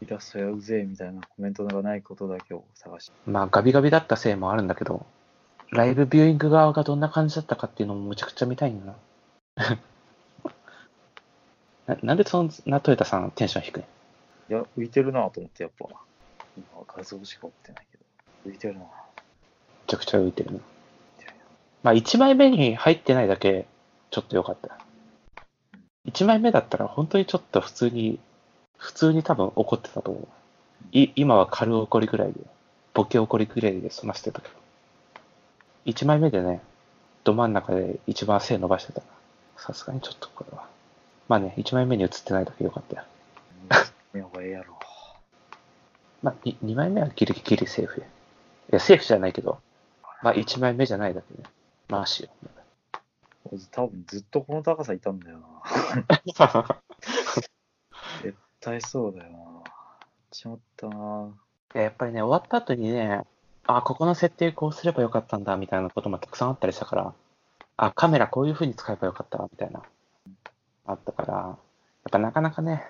Speaker 1: イラストやうぜえみたいなコメントがないことだけを探して。
Speaker 2: まあ、ガビガビだったせいもあるんだけど、ライブビューイング側がどんな感じだったかっていうのもむちゃくちゃ見たいんだ (laughs) な。ななんでそんなトヨタさんテンション低い
Speaker 1: いや、浮いてるなと思って、やっぱ。今画像しか追ってないけど。浮いてるな
Speaker 2: めちゃくちゃ浮いてるな。まあ、1枚目に入ってないだけ、ちょっと良かった。1枚目だったら、本当にちょっと普通に、普通に多分怒ってたと思う。い今は軽怒りぐらいで、ボケ怒りぐらいで済ませてたけど。1枚目でね、ど真ん中で一番背伸ばしてたな。さすがにちょっとこれは。まあね、1枚目に映ってないだけ良かったよ。
Speaker 1: 見ようがええやろ。
Speaker 2: まあ、2, 枚目はギリギリセーフや。いや、セーフじゃないけど、まあ1枚目じゃないだけね。まあしよう。
Speaker 1: 多分ずっとこの高さいたんだよな。絶対そうだよな。行っちまったな。
Speaker 2: やっぱりね、終わった後にね、あ、ここの設定こうすればよかったんだ、みたいなこともたくさんあったりしたから、あ、カメラこういう風に使えばよかった、みたいな、あったから、やっぱなかなかね、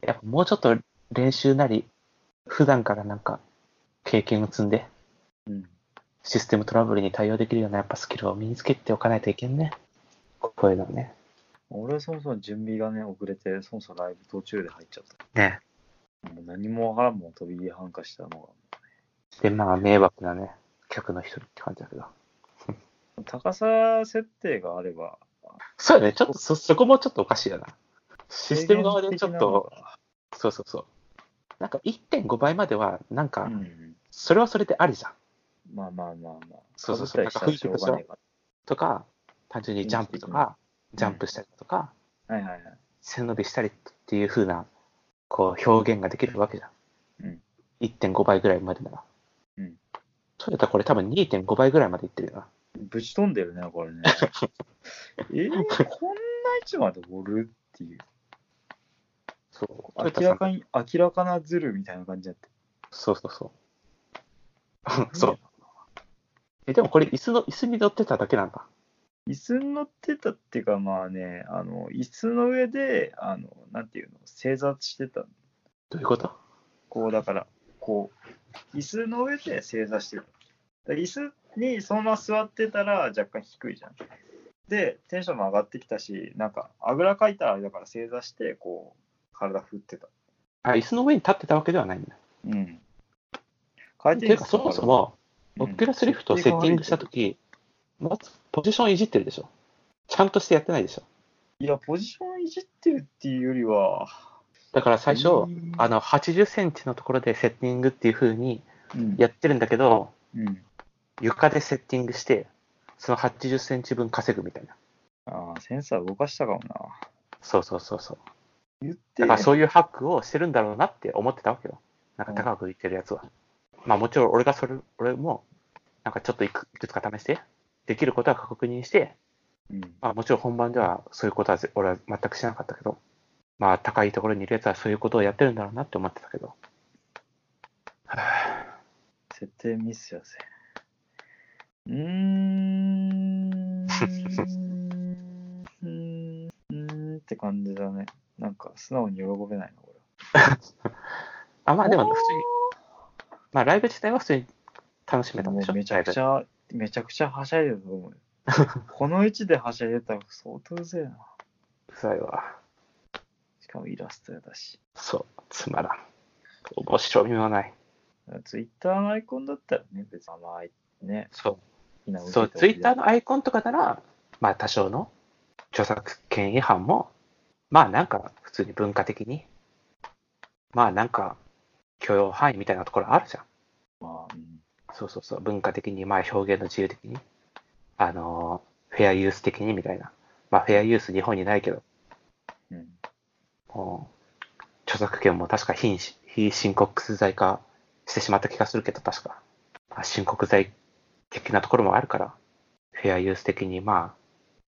Speaker 2: やっぱもうちょっと練習なり、普段からなんか経験を積んで、
Speaker 1: うん。
Speaker 2: システムトラブルに対応できるようなやっぱスキルを身につけておかないといけんね。こういうのはね。
Speaker 1: 俺はそもそも準備がね、遅れて、そもそもライブ途中で入っちゃっ
Speaker 2: ね。
Speaker 1: た。もう何もわからんもん、飛び反化したの
Speaker 2: で、まあ迷惑なね、客の一人って感じだけど。
Speaker 1: が。高さ設定があれば、
Speaker 2: そうよね、ちょっとそ、そこもちょっとおかしいよな。システム側でちょっと、そうそうそう。なんか1.5倍までは、なん
Speaker 1: 制
Speaker 2: か
Speaker 1: 限的なのが、う、ん。
Speaker 2: それはそれでありじゃん。
Speaker 1: まあまあまあまあ。
Speaker 2: そうそうそう
Speaker 1: 被ったりしたらしょうがねえか
Speaker 2: とか、単純にジャンプとか、ジャンプしたりとか、
Speaker 1: ら。はいはいはい。
Speaker 2: 背伸びしたりっていう風な、こう、表現ができるわけじゃん。
Speaker 1: うん
Speaker 2: 1.5倍ぐらいまでなら。
Speaker 1: うん
Speaker 2: トヨタこれ多分2.5倍ぐらいまでいってるよな。
Speaker 1: ぶち飛んでるね、これ
Speaker 2: (laughs)
Speaker 1: ね。えー、こんな位置までおるっていう。
Speaker 2: そう。トヨタ
Speaker 1: 明
Speaker 2: さ
Speaker 1: ら
Speaker 2: ん
Speaker 1: かに、明らかなズルみたいな感じに
Speaker 2: そうそうそう
Speaker 1: なっ。て。
Speaker 2: (laughs) そう。。え、でもこれ椅子の、椅子に乗ってただけなんだ。
Speaker 1: 椅子に乗ってたっていうか、まあね、あの、椅子の上で、あの、なんていうの、正座してた。
Speaker 2: どういうこと
Speaker 1: こう、だから、こう、椅子の上で正座してる。だから椅子にそのまま座ってたら若干低いじゃん。で、テンションも上がってきたし、なんか、あぐらかいたらあれだから正座して、こう、体振ってた。
Speaker 2: あ、椅子の上に立ってたわけではないんだ。
Speaker 1: うん。回
Speaker 2: ていうか、そもそも、オ
Speaker 1: 僕
Speaker 2: クラスリフトをセッティングしたとき、まずポジションいじってるでしょ。ちゃんとしてやってないでしょ。
Speaker 1: いや、ポジションいじってるっていうよりは、
Speaker 2: だから最初、
Speaker 1: うん
Speaker 2: あの、80センチのところでセッティングっていう風に
Speaker 1: うん、
Speaker 2: やってるんだけど、
Speaker 1: うん。
Speaker 2: 床でセッティングして、その80センチ分稼ぐみたいな。
Speaker 1: ああ、センサー動かしたかもな。
Speaker 2: そうそうそうそう。
Speaker 1: 言って、
Speaker 2: だからそういうハックをしてるんだろうなって思ってたわけよ。なんか高く浮いてるやつは。まあもちろん俺がそれ、俺も、なんかちょっといくいくつか試して、できることは確認して、
Speaker 1: うん、
Speaker 2: まあもちろん本番ではそういうことはぜ俺は全くしなかったけど、まあ高いところにいるやつはそういうことをやってるんだろうなって思ってたけど。はぁ
Speaker 1: 設定ミスやぜ。うーん。うーん。うーんって感じだね。なんか、素直に喜べないな、こ
Speaker 2: あ、まあでも
Speaker 1: おー
Speaker 2: 普通に、まあライブ自体は普通に楽しめ
Speaker 1: れ。
Speaker 2: たん
Speaker 1: も
Speaker 2: でしょ
Speaker 1: うめちゃくちゃ、めちゃくちゃはしゃいでると思
Speaker 2: (laughs)
Speaker 1: うよ。この位置ではしゃいでたら相当うぜえな。
Speaker 2: うざいわ。
Speaker 1: しかもイラストやだし。
Speaker 2: そう、つまらん。面白みもない。
Speaker 1: ツイッターのアイコンだったらね、別にまあ、ね、
Speaker 2: そ
Speaker 1: みん
Speaker 2: う、
Speaker 1: な受け
Speaker 2: そう、
Speaker 1: て
Speaker 2: ツイッター
Speaker 1: ほしい
Speaker 2: のアイコンとかなら、まあ多少の著作権違反も、まあなんか普通に文化的に、まあなんか許容範囲みたいなところあるじゃん。
Speaker 1: まあ、うん
Speaker 2: そうそうそう、文化的に、まあ表現の自由的に、あのーフェアユース的にみたいな。まあフェアユース日本にないけど、
Speaker 1: うん、
Speaker 2: もう著作権も確か非非申告罪化してしまった気がするけど、確か。まあ、申告罪的なところもあるから、フェアユース的に、ま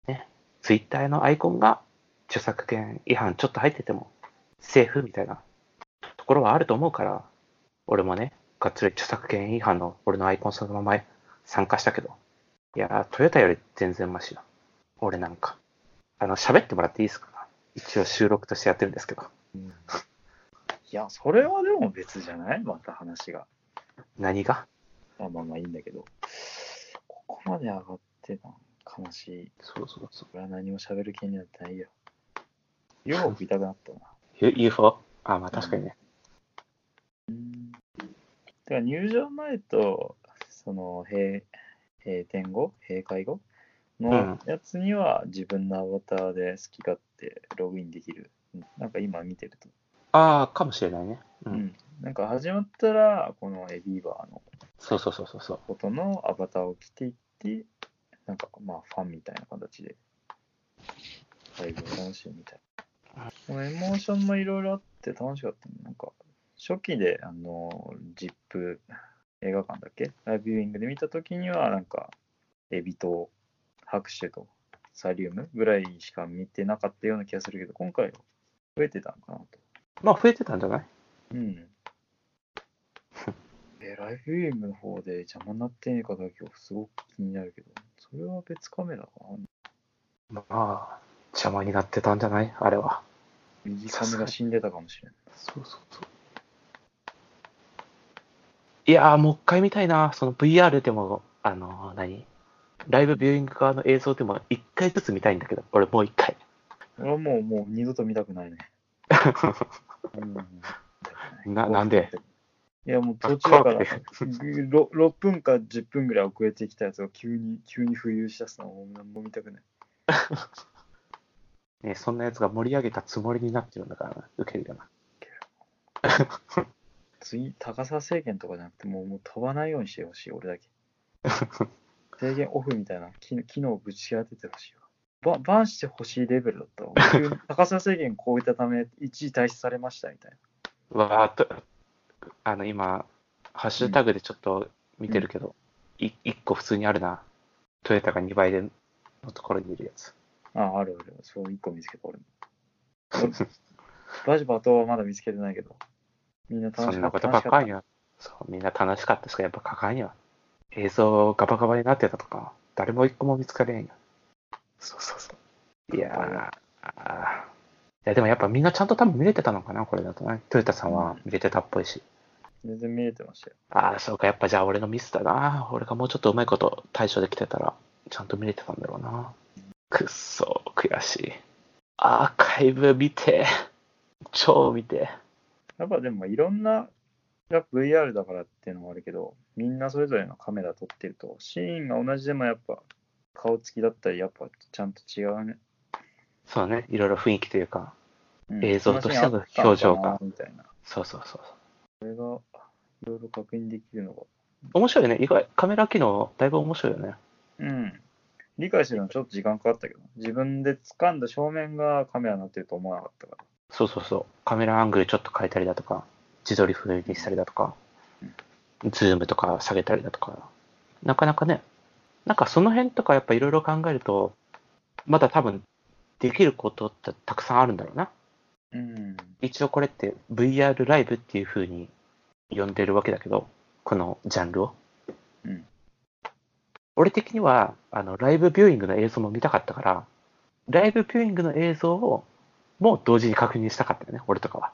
Speaker 2: あ、ね、ツイッターのアイコンが著作権違反ちょっと入ってても、セーフみたいなところはあると思うから、俺もね、がっつり著作権違反の俺のアイコンそのまま参加したけど、いやー、トヨタより全然マシだ。俺なんか。あの、喋ってもらっていいですか一応収録としてやってるんですけど。
Speaker 1: うんいや、それはでも別じゃないまた話が。
Speaker 2: 何が
Speaker 1: まあまあまあいいんだけど。ここまで上がってた悲しい。
Speaker 2: そうそうそ
Speaker 1: 俺は何も喋る気になってないよ。よく痛くなったな。
Speaker 2: う。UFO? あ、まあ確かにね。
Speaker 1: うん。てか入場前と、その閉、閉店後閉会後
Speaker 2: うん
Speaker 1: のやつには自分のアバターで好き勝手ログインできる。なんか今見てると。
Speaker 2: ああ、かもしれないね。う。
Speaker 1: うんん。なんか始まったら、このエビーバーの
Speaker 2: そうそうそうそうそう。
Speaker 1: ことのアバターを着ていって、なんかまあファンみたいな形で、ライブを楽しむみたいな。このエモーションもいろいろあって楽しかったね。なんか、初期で、あの、ジップ映画館だっけライブビューイングで見たときには、なんか、エビと拍手とサリウムぐらいしか見てなかったような気がするけど、今回は増えてたのかなと。
Speaker 2: まあ増えてたんじゃない
Speaker 1: うん。え、ライフビューイングの方で邪魔になってねえかだけはすごく気になるけど、それは別カメラかな。
Speaker 2: まあ、邪魔になってたんじゃないあれは。
Speaker 1: 右髪が死んでたかもしれない。
Speaker 2: そうそうそう。いやー、もう一回見たいな。その VR でも、あのー何ライブビューイング側の映像でも一回ずつ見たいんだけど、俺もう一回。 (laughs)
Speaker 1: 俺はもう、もう二度と見たくないね。うん
Speaker 2: ななんで
Speaker 1: いや、もう途中か
Speaker 2: 怖
Speaker 1: ら
Speaker 2: くて
Speaker 1: 6, 分か10分ぐらい遅れてきたやつが急に、急に浮遊しだすのはもう何も見たくない。
Speaker 2: ね、そんなやつが盛り上げたつもりになってるんだからな。受けるよな。
Speaker 1: 次、高さ制限とかじゃなくて、もうもう飛ばないようにしてほしい、俺
Speaker 2: (laughs)
Speaker 1: だけ。制限オフみたいな機能機能をぶち当ててほしいわ。ばバンしてほしいレベルだったわ。急
Speaker 2: (laughs)
Speaker 1: に高さ制限超えたため、一時退出されましたみたいな。
Speaker 2: わーっと、あの、今、ハッシュタグでちょっと見てるけど、い一個普通にあるな。トヨタが2倍でのところにいるやつ。
Speaker 1: あ、あるある。そう、一個見つけた、
Speaker 2: (laughs)
Speaker 1: 俺も。バジバトはまだ見つけてないけど。みんな
Speaker 2: そ
Speaker 1: 楽しか
Speaker 2: んな
Speaker 1: っ
Speaker 2: こ
Speaker 1: た。
Speaker 2: とば
Speaker 1: 楽
Speaker 2: っ
Speaker 1: しか
Speaker 2: か
Speaker 1: っ
Speaker 2: りは。そう、みんな楽しかったしか、やっぱかかんよ。映像ガバガバになってたとか、誰も一個も見つかれへんよ。そうそうそう。いやーあーいやでもやっぱみんなちゃんと多分見れてたのかな、これだとね。トヨタさんは見れてたっぽいし。
Speaker 1: た。全然見えてましたよ。
Speaker 2: ああ、そうか、やっぱじゃあ俺のミスだな。俺がもうちょっとうまいこと対処できてたら、ちゃんと見れてたんだろうな。くっそー、悔しい。アーカイブ見て、超見て。
Speaker 1: やっぱでも、いろんな、やっぱ VR だからっていうのもあるけど、みんなそれぞれのカメラ撮ってると、シーンが同じでもやっぱ、顔つきだったり、やっぱちゃんと違うね。
Speaker 2: そうね、いろいろ雰囲気というか、
Speaker 1: うん
Speaker 2: 映像としての表情
Speaker 1: こん
Speaker 2: が
Speaker 1: なシーンあったのかなみたいな。
Speaker 2: そうそうそうそう。
Speaker 1: それが、いろいろ確認できるのが。
Speaker 2: 面白いね。意外、カメラ機能、だいぶ面白いよね。
Speaker 1: うん。理解するのちょっと時間かかったけど、自分で掴んだ正面がカメラになってると思わなかったから。
Speaker 2: そうそうそう。カメラアングルちょっと変えたりだとか、自撮り風にしたりだとか、ズームとか下げたりだとか、なかなかね、なんかその辺とかやっぱいろいろ考えると、まだ多分できることってたくさんあるんだろうな。
Speaker 1: うん。
Speaker 2: 一応これって VR ライブっていう風に呼んでるわけだけど、このジャンルを。
Speaker 1: うん
Speaker 2: 俺的にはあのライブビューイングの映像も見たかったから、ライブビューイングの映像をもう同時に確認したかったよね、俺とかは。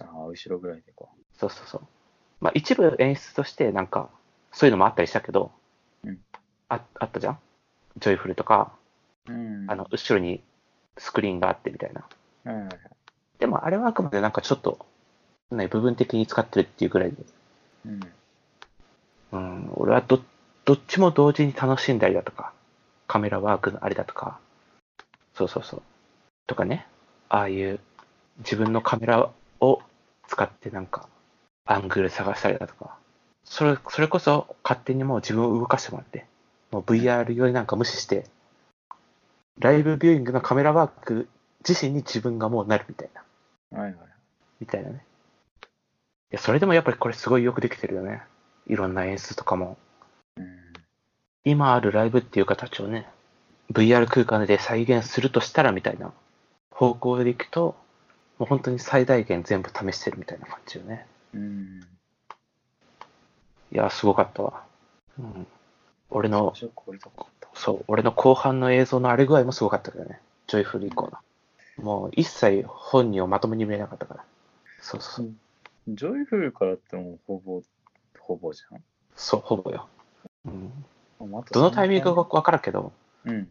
Speaker 1: ああ、後ろぐらいでか。
Speaker 2: そうそうそう。まあ一部演出としてなんか、そういうのもあったりしたけど、
Speaker 1: うん
Speaker 2: ああったじゃんジョイフルとか、
Speaker 1: うん
Speaker 2: あの、後ろにスクリーンがあってみたいな。
Speaker 1: はいはいはい
Speaker 2: でもあれはあくまでなんかちょっと、ね、部分的に使ってるっていうぐらいで、
Speaker 1: うん。
Speaker 2: うん、俺はどどっちも同時に楽しんだりだとか、カメラワークのあれだとか、そうそうそう。とかね、ああいう自分のカメラを使ってなんか、アングル探したりだとか、それそれこそ勝手にもう自分を動かしてもらって、もう VR 用になんか無視して、ライブビューイングのカメラワーク自身に自分がもうなるみたいな、
Speaker 1: はいはい。
Speaker 2: みたいなね。いや、それでもやっぱりこれすごいよくできてるよね。いろんな演出とかも。
Speaker 1: うん。
Speaker 2: 今あるライブっていう形をね、VR 空間で再現するとしたらみたいな方向でいくと、もう本当に最大限全部試してるみたいな感じよね。
Speaker 1: うん。
Speaker 2: いや、すごかったわ。うん。俺の、
Speaker 1: ちょっとこういうとこだっ
Speaker 2: そう、俺の後半の映像の荒れ具合もすごかったけどね。ジョイフル以降の。もう一切本人をまともに見えなかったから。そうそう
Speaker 1: た
Speaker 2: そう。
Speaker 1: ジョイフルからってもうほぼ、ほぼじゃん。
Speaker 2: そう、ほぼよ。うん。
Speaker 1: あまた
Speaker 2: どのタイミングかわからんけど、
Speaker 1: うん。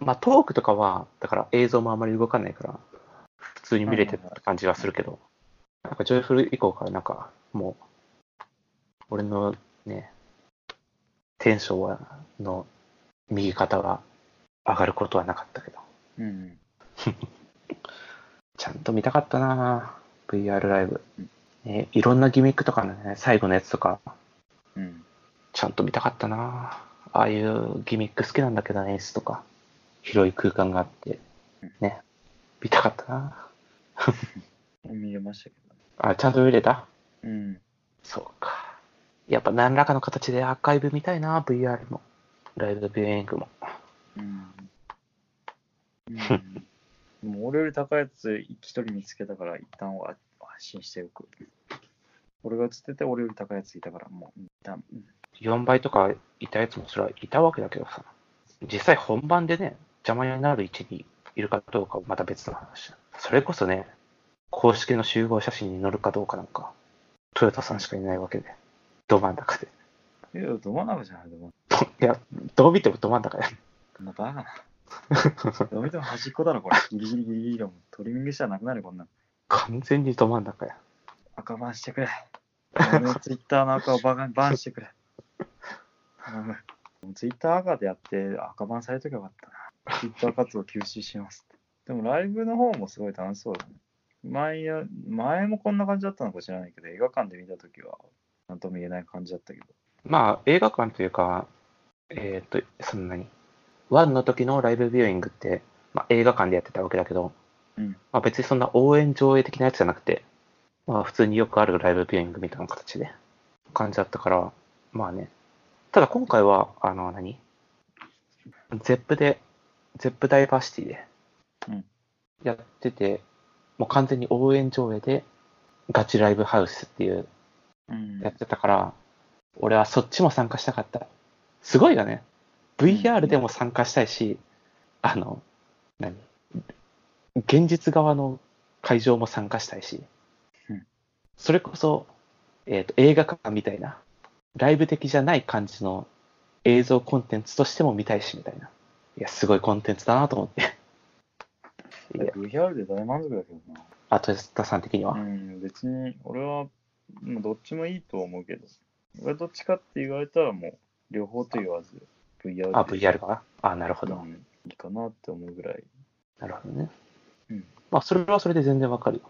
Speaker 2: まあトークとかは、だから映像もあまり動かないから、普通に見れてた感じがするけど、なんかジョイフル以降からなんか、もう、俺のね、テンションは、の右肩が上がることはなかったけど、
Speaker 1: うん。
Speaker 2: ちゃんと見たかったなぁ VR ライブ。ね、いろんなギミックとかのね、最後のやつとか、
Speaker 1: うん。
Speaker 2: ちゃんと見たかったなああいうギミック好きなんだけどね、演出とか。広い空間があって、ね。見たかったな
Speaker 1: 見れましたけど。
Speaker 2: あ、ちゃんと見れた
Speaker 1: うん。
Speaker 2: そうか。やっぱ何らかの形でアーカイブ見たいな VR も。ライブビューイングも。
Speaker 1: うん。うん、でも俺より高いやつ一人見つけたから、一旦は発信しておく。俺が映ってて、俺より高いやついたから、もう、一旦。うん
Speaker 2: 4倍とかいたやつもそれはいたわけだけどさ。実際本番でね、邪魔になる位置にいるかどうかはまた別の話。それこそね、公式の集合写真に載るかどうかなんか、トヨタさんしかいないわけで、ど真ん中で。
Speaker 1: いや、ど真ん中じゃない、ど真ん
Speaker 2: どいや、どう見てもど真ん中や。
Speaker 1: 中。バカな。どう見ても端っこだろ、これ。ギリギリギリギリだもん。トリミングしたらなくなる、こんなん。
Speaker 2: 完全にど真ん中や。
Speaker 1: 赤バンしてくれ。俺
Speaker 2: (laughs)
Speaker 1: のツイッターの赤をバカバンしてくれ。頼むツイッター赤でやって赤バンされとけばよかったな。ツイッター活動休止しますって。でもライブの方もすごい楽しそうだね。前や前もこんな感じだったのか知らないけど、映画館で見たときは、なんとも言えない感じだったけど。
Speaker 2: まあ、映画館というか、えーっと、そんなに。ワンの時のライブビューイングって、まあ、映画館でやってたわけだけど、
Speaker 1: うん
Speaker 2: まあ、別にそんな応援上映的なやつじゃなくて、まあ、普通によくあるライブビューイングみたいな形で感じだったから、まあね。ただ今回は、あの何、ゼップで、ゼップダイバーシティで
Speaker 1: うん
Speaker 2: やってて、もう完全に応援上映でガチライブハウスっていう
Speaker 1: うん
Speaker 2: やってたから、俺はそっちも参加したかった。すごいよね。VR でも参加したいし、あの、何現実側の会場も参加したいし
Speaker 1: うん、
Speaker 2: それこそ、えーと映画館みたいな、ライブ的じゃない感じの映像コンテンツとしても見たいし、みたいな。いや、すごいコンテンツだなと思って。いや
Speaker 1: VR で大満足だけどな。
Speaker 2: あ、豊田さん的には。
Speaker 1: うん、別に俺はまあどっちもいいと思うけど、俺はどっちかって言われたらもう両方と言わず VR
Speaker 2: あ、
Speaker 1: で
Speaker 2: VR かなあ、なるほど。
Speaker 1: うんいいかなって思うぐらい。
Speaker 2: なるほどね。
Speaker 1: うん
Speaker 2: まあ、それはそれで全然わかるよ。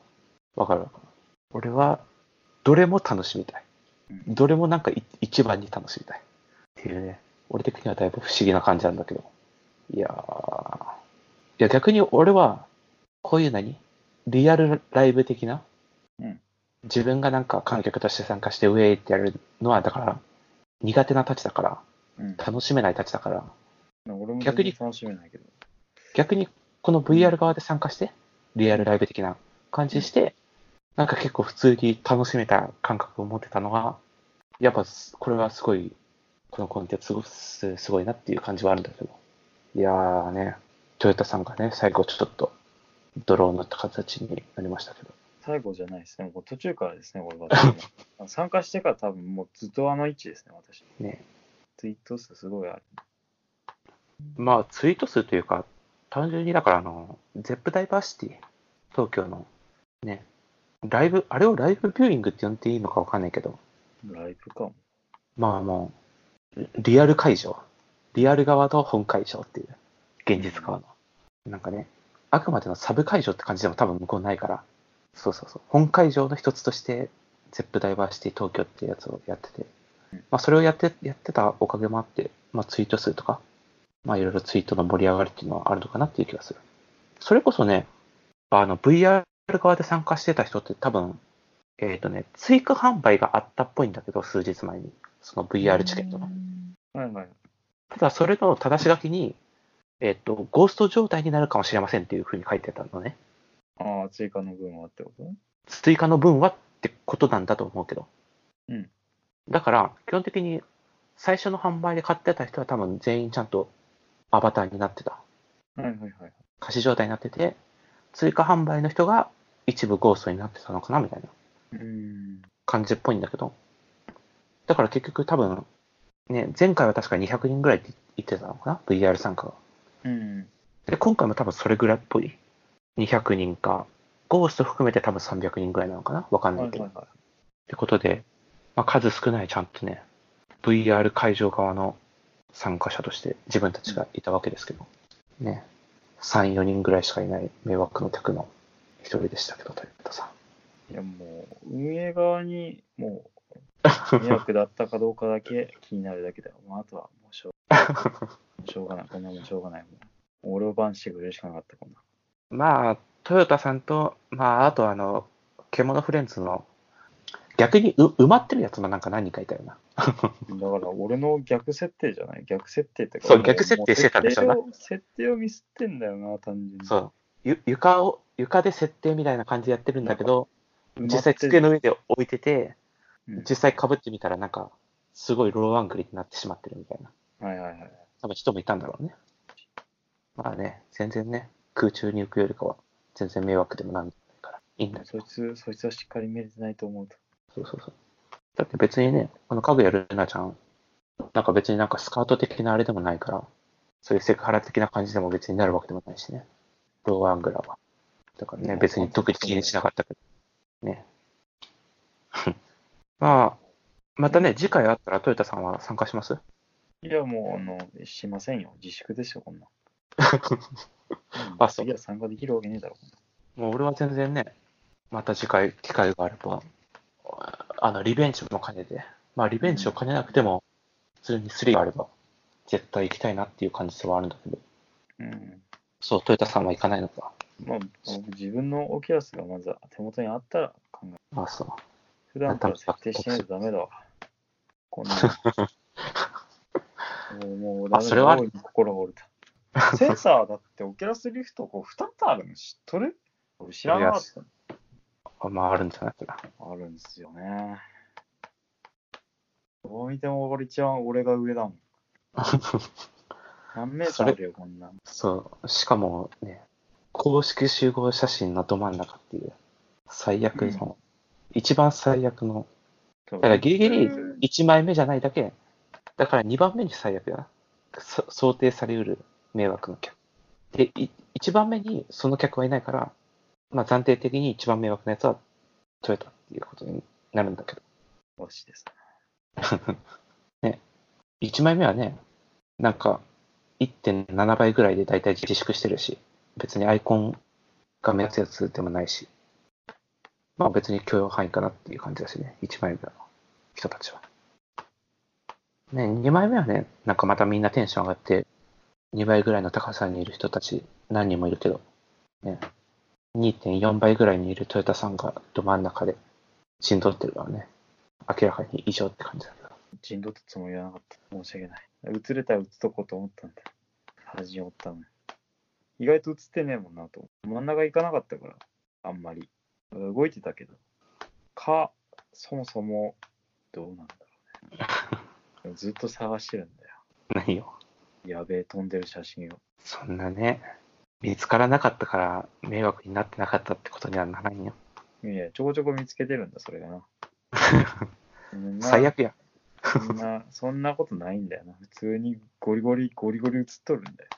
Speaker 2: わかるわかる。俺は、どれも楽しみたい。
Speaker 1: うん
Speaker 2: どれもなんかい一番に楽しみたい。っていうね。俺的にはだいぶ不思議な感じなんだけど。いやー。いや、逆に俺は、こういう何リアルライブ的な、
Speaker 1: うん
Speaker 2: 自分がなんか観客として参加して、ウェイってやるのは、だから、苦手なたちだから、
Speaker 1: うん、
Speaker 2: 楽しめないたちだから、
Speaker 1: 俺も全
Speaker 2: 逆
Speaker 1: 然
Speaker 2: に
Speaker 1: 楽しめないけど。
Speaker 2: 逆にこの VR 側で参加して、リアルライブ的な感じして、なんか結構普通に楽しめた感覚を持ってたのが、やっぱすこれはすごい、このコンテンツすごすすごいなっていう感じはあるんだけど。いやーね、トヨタさんがね、最後ちょっと、ドローンの形になりましたけど。
Speaker 1: 最後じゃないですね。もう途中からですね、俺は
Speaker 2: (laughs)
Speaker 1: あの。参加してから多分もうずっとあの位置ですね、私。
Speaker 2: ね。
Speaker 1: ツイート数すごいある。
Speaker 2: まあ、ツイート数というか、単純にだから、あの、ゼップダイバーシティ、東京の、ね、ライブ、あれをライブビューイングって呼んでいいのかわかんないけど、
Speaker 1: ライブかも。
Speaker 2: まあもう、リアル会場。リアル側と本会場っていう。現実側の。なんかね、あくまでのサブ会場って感じでも多分向こうないから。そうそうそう。本会場の一つとして、ゼップダイバーシティ東京っていうやつをやってて。まあそれをやって、やってたおかげもあって、まあツイート数とか、まあいろいろツイートの盛り上がりっていうのはあるのかなっていう気がする。それこそね、あの VR 側で参加してた人って多分、えっ、とね、追加販売があったっぽいんだけど、数日前に。その VR チケットの。
Speaker 1: はいはい。
Speaker 2: ただ、それの正し書きに、えっ、と、ゴースト状態になるかもしれませんっていうふうに書いてたのね。
Speaker 1: ああ、追加の分はってこと
Speaker 2: 追加の分はってことなんだと思うけど。
Speaker 1: うん。
Speaker 2: だから、基本的に最初の販売で買ってた人は多分全員ちゃんとアバターになってた。
Speaker 1: はいはいはい。
Speaker 2: 貸し状態になってて、追加販売の人が一部ゴーストになってたのかなみたいな。
Speaker 1: うーん。
Speaker 2: 感じっぽいんだけど、だから結局多分、ね、前回は確か200人ぐらいって言ってたのかな ?VR 参加が。
Speaker 1: うん。
Speaker 2: で、今回も多分それぐらいっぽい。200人か、ゴースト含めて多分300人ぐらいなのかなわかん
Speaker 1: は
Speaker 2: ないい
Speaker 1: は
Speaker 2: け
Speaker 1: い
Speaker 2: ど。っ
Speaker 1: は
Speaker 2: てことで、まあ、数少ないちゃんとね、VR 会場側の参加者として自分たちがいたわけですけど、ね、3、4人ぐらいしかいない迷惑の客の一人でしたけど、ということさん。
Speaker 1: い。いやもう、運営側にも
Speaker 2: (laughs)
Speaker 1: う、迷惑だったかどうかだけ気になるだけだよ。まあ、あとはもうしょ
Speaker 2: (laughs)
Speaker 1: うしょうがない。こんなもんしょうがない。もう俺をバンしてくれるしかなかった、こんな。
Speaker 2: まあ、トヨタさんと、まあ、あとあの、獣フレンズの、逆にう埋まってるやつもなんか何人かいたよな。
Speaker 1: だから俺の逆設定じゃない逆設定ってか
Speaker 2: そう
Speaker 1: も
Speaker 2: 逆設定してたんでしょうな
Speaker 1: もう設定を設定をミスってんだよな、単純に。う。
Speaker 2: そう。ゆ床を、床で設定みたいな感じでやってるんだけど、実際机
Speaker 1: の。
Speaker 2: の上で置いてて、
Speaker 1: うん
Speaker 2: 実際被ってみたらなんか、すごいローアングルになってしまってるみたいな。
Speaker 1: はいはいはい。
Speaker 2: 多分人もいたんだろうね。まあね、全然ね、空中に浮くよりかは、全然迷惑でもなんないから。いいんだけ
Speaker 1: そ
Speaker 2: ど
Speaker 1: い。つ、そいつはしっかり見れてないと思うと。
Speaker 2: そうそうそう。だって別にね、あの、かぐやるなちゃん、なんか別になんかスカート的なあれでもないから、そういうセクハラ的な感じでも別になるわけでもないしね。ローアングラーは。だからね、
Speaker 1: うん
Speaker 2: 別に特に気にしなかったけど。ね。 (laughs) まあ、またね、次回あったらトヨタさんは参加します
Speaker 1: いや、もう、あの、しませんよ。自粛ですよ、こんなん。
Speaker 2: (laughs) あそう
Speaker 1: いや、参加できるわけねえだろ。
Speaker 2: もう俺は全然ね、また次回機会があれば、あの、リベンジも兼ねて、まあリベンジを兼ねなくても、普通に3があれば、絶対行きたいなっていう感じではあるんだけど、
Speaker 1: うん。
Speaker 2: そう、トヨタさんは行かないのか。
Speaker 1: まあ、僕自分のオキュラスがまずは手元にあったら考え。
Speaker 2: あ、そう。
Speaker 1: 普段から設定してないとダメだわ。こん
Speaker 2: (laughs)
Speaker 1: なの。もう、もうダメだ、
Speaker 2: あそれはある
Speaker 1: 青い心が折れ
Speaker 2: (laughs)
Speaker 1: た。センサーだって、オキュラスリフトこう2つあるの知っとる俺知らなかった。
Speaker 2: あまあ、あるんじゃないかな。
Speaker 1: あるんですよね。どう見ても俺一番俺が上だもん。何メートルあるよ、こんなん。
Speaker 2: そう。しかもね、公式集合写真のど真ん中っていう、最悪の、一番最悪の、
Speaker 1: だ
Speaker 2: だからギリギリ1枚目じゃないだけ、だから2番目に最悪だな。そ想定されうる迷惑の客。で、い1番目にその客はいないから、まあ暫定的に一番迷惑なやつは取れたっていうことになるんだけど。
Speaker 1: 欲しいです。
Speaker 2: 1枚目はね、なんか1.7倍ぐらいで大体自粛してるし、別にアイコンが目立つやつでもないし、まあ別に許容範囲かなっていう感じだしね、1枚目の人たちは。ね、2枚目はね、なんかまたみんなテンション上がって、2倍ぐらいの高さにいる人たち何人もいるけど、ね、2.4倍ぐらいにいるトヨタさんがど真ん中で陣取ってるからね、明らかに異常って感じだけど。
Speaker 1: 人道ってつもりはなかった。申し訳ない。映れたら映っとこうと思ったんだ。端におったのに。意外と映ってねえもんなと思って。真ん中行かなかったから、あんまり。動いてたけど。か、そもそも、どうなんだろう
Speaker 2: (laughs)
Speaker 1: ね。ずっと探してるんだよ。
Speaker 2: 何よ。
Speaker 1: やべえ、飛んでる写真を。
Speaker 2: そんなね、見つからなかったから迷惑になってなかったってことにはならんよ。
Speaker 1: いや、ちょこちょこ見つけてるんだ、それがな。うんな
Speaker 2: (laughs) 最悪や。
Speaker 1: そんな、そんなことないんだよな。普通にゴリゴリ、ゴリゴリ映っとるんだよ。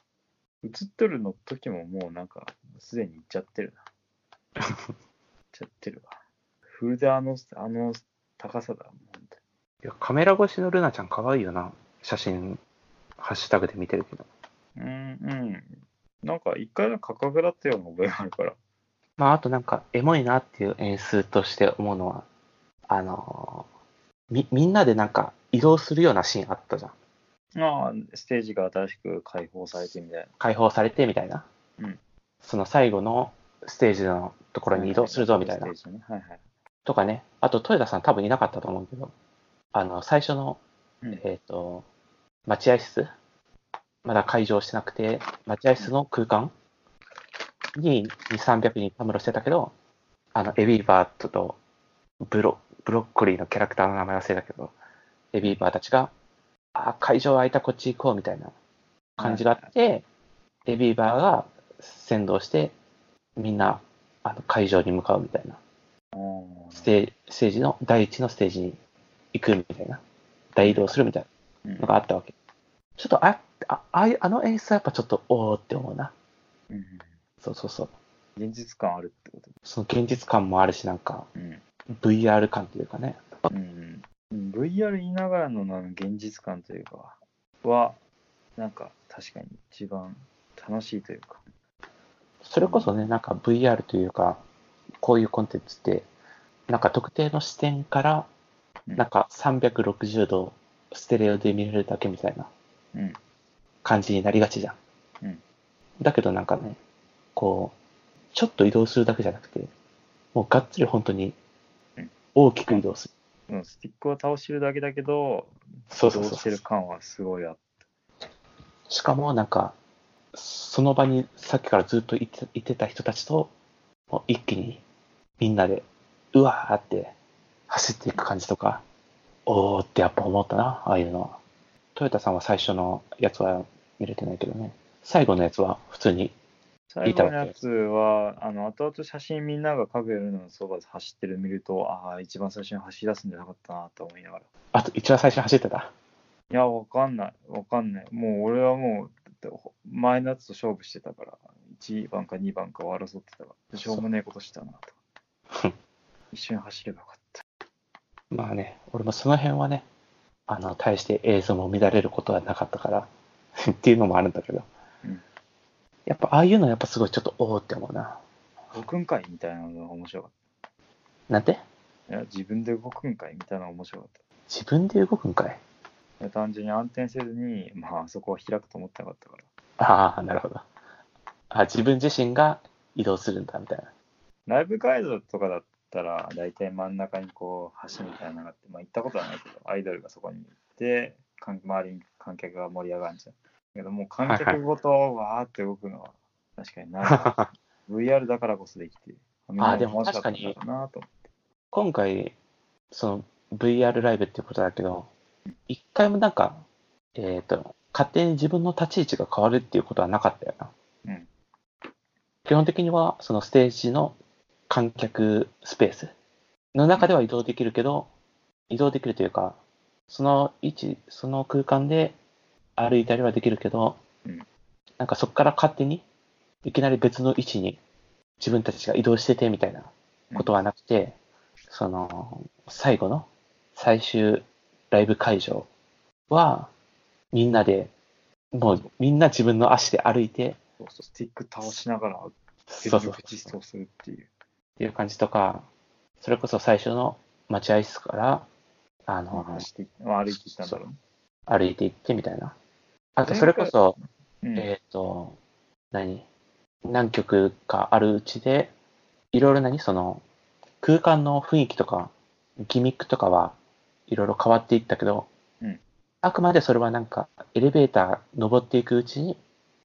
Speaker 1: 映っとるの時ももうなんか、すでに行っちゃってるな。行っちゃってるわ。フルであの、あの高さだもん。
Speaker 2: いやカメラ越しのルナちゃん可愛いよな。写真、ハッシュタグで見てるけど。
Speaker 1: うんうん。なんか一回の価格だったような覚えがあるから。
Speaker 2: まあ、あとなんか、エモいなっていう演出として思うのは、あのーみ、みんなでなんか移動するようなシーンあったじゃん。
Speaker 1: ああ、ステージが新しく開放されてみたい
Speaker 2: 解放されてみたいな。
Speaker 1: うん
Speaker 2: その最後のステージのところ
Speaker 1: な。
Speaker 2: に移動するぞみたいな
Speaker 1: ス。テージねはいはい。
Speaker 2: とかね。あと、豊田さん多分いなかったと思うけど、あの、最初の
Speaker 1: うん
Speaker 2: えっ、と、待合室まだ開場してなくて、待合室の空間に2、300人たむろしてたけど、あの、エビーバートとブロブロッコリーのキャラクターの名前忘れたけど、エビーバーたちが、あ、会場空いたこっち行こうみたいな感じがあって、エビーバーが先導して、みんなあの会場に向かうみたいな。
Speaker 1: あー
Speaker 2: ステージステージの、第一のステージに行くみたいな。大移動するみたいな。
Speaker 1: うん
Speaker 2: のがあったわけ。ちょっとあ、あ、ああの演出はやっぱちょっと、おーって思うな。
Speaker 1: うん
Speaker 2: そうそうそう。
Speaker 1: 現実感あるってこと。
Speaker 2: その現実感もあるし、なんか、
Speaker 1: うん。
Speaker 2: VR 感というかね。
Speaker 1: うん、VR 言いながらのあの現実感というかはなんか確かに一番楽しいというか
Speaker 2: それこそね、なんか VR というか、こういうコンテンツって、なんか特定の視点から、
Speaker 1: うん
Speaker 2: なんか360度ステレオで見れるだけみたいな
Speaker 1: うん
Speaker 2: 感じになりがちじゃん。
Speaker 1: うん
Speaker 2: だけどなんかね、こう、ちょっと移動するだけじゃなくて、もうがっつり本当に
Speaker 1: うん
Speaker 2: 大きく移動する。
Speaker 1: うんスティックを倒してるだけだけど
Speaker 2: そう
Speaker 1: ど
Speaker 2: そう
Speaker 1: う
Speaker 2: そう
Speaker 1: してる感はすごいあっ
Speaker 2: しかもなんか、その場にさっきからずっといていてた人たちと、もう一気にみんなで、うわーって走っていく感じとか、おーってやっぱ思ったな、ああいうのは。トヨタさんは最初のやつは見れてないけどね。最後のやつは普通に
Speaker 1: 最後のやつは、あの、後々写真みんながカフェルのそばで走ってるの見ると、ああ、一番最初に走り出すんじゃなかったなと思いながら。
Speaker 2: あと、一番最初に走ってた。
Speaker 1: いや、わかんない。わかんない。もう俺はもう、だって前のやつと勝負してたから、1番か2番かを争ってたから、しょうもねえことしたな
Speaker 2: そ
Speaker 1: と
Speaker 2: う。
Speaker 1: (laughs) 一瞬走ればよかった。
Speaker 2: まあね、俺もその辺はね、あの、大して映像も乱れることはなかったから、 (laughs) っていうのもあるんだけど。
Speaker 1: うん
Speaker 2: やっぱ、ああいうのやっぱすごいちょっと、おおって思うな。
Speaker 1: 動くんかいみたいなのが面白かっ
Speaker 2: なんて
Speaker 1: た。いや、自分で動くんかいみたいなのが面白かった。
Speaker 2: 自分で動くんかい
Speaker 1: いや単純に暗転せずに、まあ、あそこは開くと思ってなかったから。
Speaker 2: ああ、なるほど。あ自分自身が移動するんだ、みたいな。
Speaker 1: ライブガイドとかだったら、大体真ん中にこう、橋みたいなのがあって、まあ行ったことはないけど、アイドルがそこに行って、かん周りに観客が盛り上がるんじゃん。だけどもう観
Speaker 2: はいは
Speaker 1: 客
Speaker 2: い
Speaker 1: ごとわーって動くのは、確かにな。VR (laughs) だからこそできて、みんな
Speaker 2: でも
Speaker 1: 面白ったんだろうなと思
Speaker 2: 今回、その VR ライブっていうことだけど、一回もなんか、えっ、と、勝手に自分の立ち位置が変わるっていうことはなかったよな。
Speaker 1: うん
Speaker 2: 基本的には、そのステージの観客スペースの中では移動できるけど、移動できるというか、その位置、その空間で歩いたりはできるけど、
Speaker 1: うん
Speaker 2: なんかそこから勝手に、いきなり別の位置に自分たちが移動しててみたいなことはなくて、その、最後の最終ライブ会場は、みんなで、もうみんな自分の足で歩いて、
Speaker 1: そうそうスティック倒しながら、全
Speaker 2: そうそう
Speaker 1: 力
Speaker 2: そ
Speaker 1: 疾
Speaker 2: う
Speaker 1: 走するっていう。
Speaker 2: っていう感じとか、それこそ最初の待合室から、あ
Speaker 1: まあ
Speaker 2: の、
Speaker 1: 走って、まあ、歩いてきたんだろうね。
Speaker 2: 歩いていってみたいな。あと、
Speaker 1: 前回
Speaker 2: それこそ、
Speaker 1: うん
Speaker 2: えっ、と、何何曲かあるうちで、いろいろ何その、空間の雰囲気とか、ギミックとかはいろいろ変わっていったけど、
Speaker 1: うん
Speaker 2: あくまでそれはなんか、エレベーター登っていくうちに、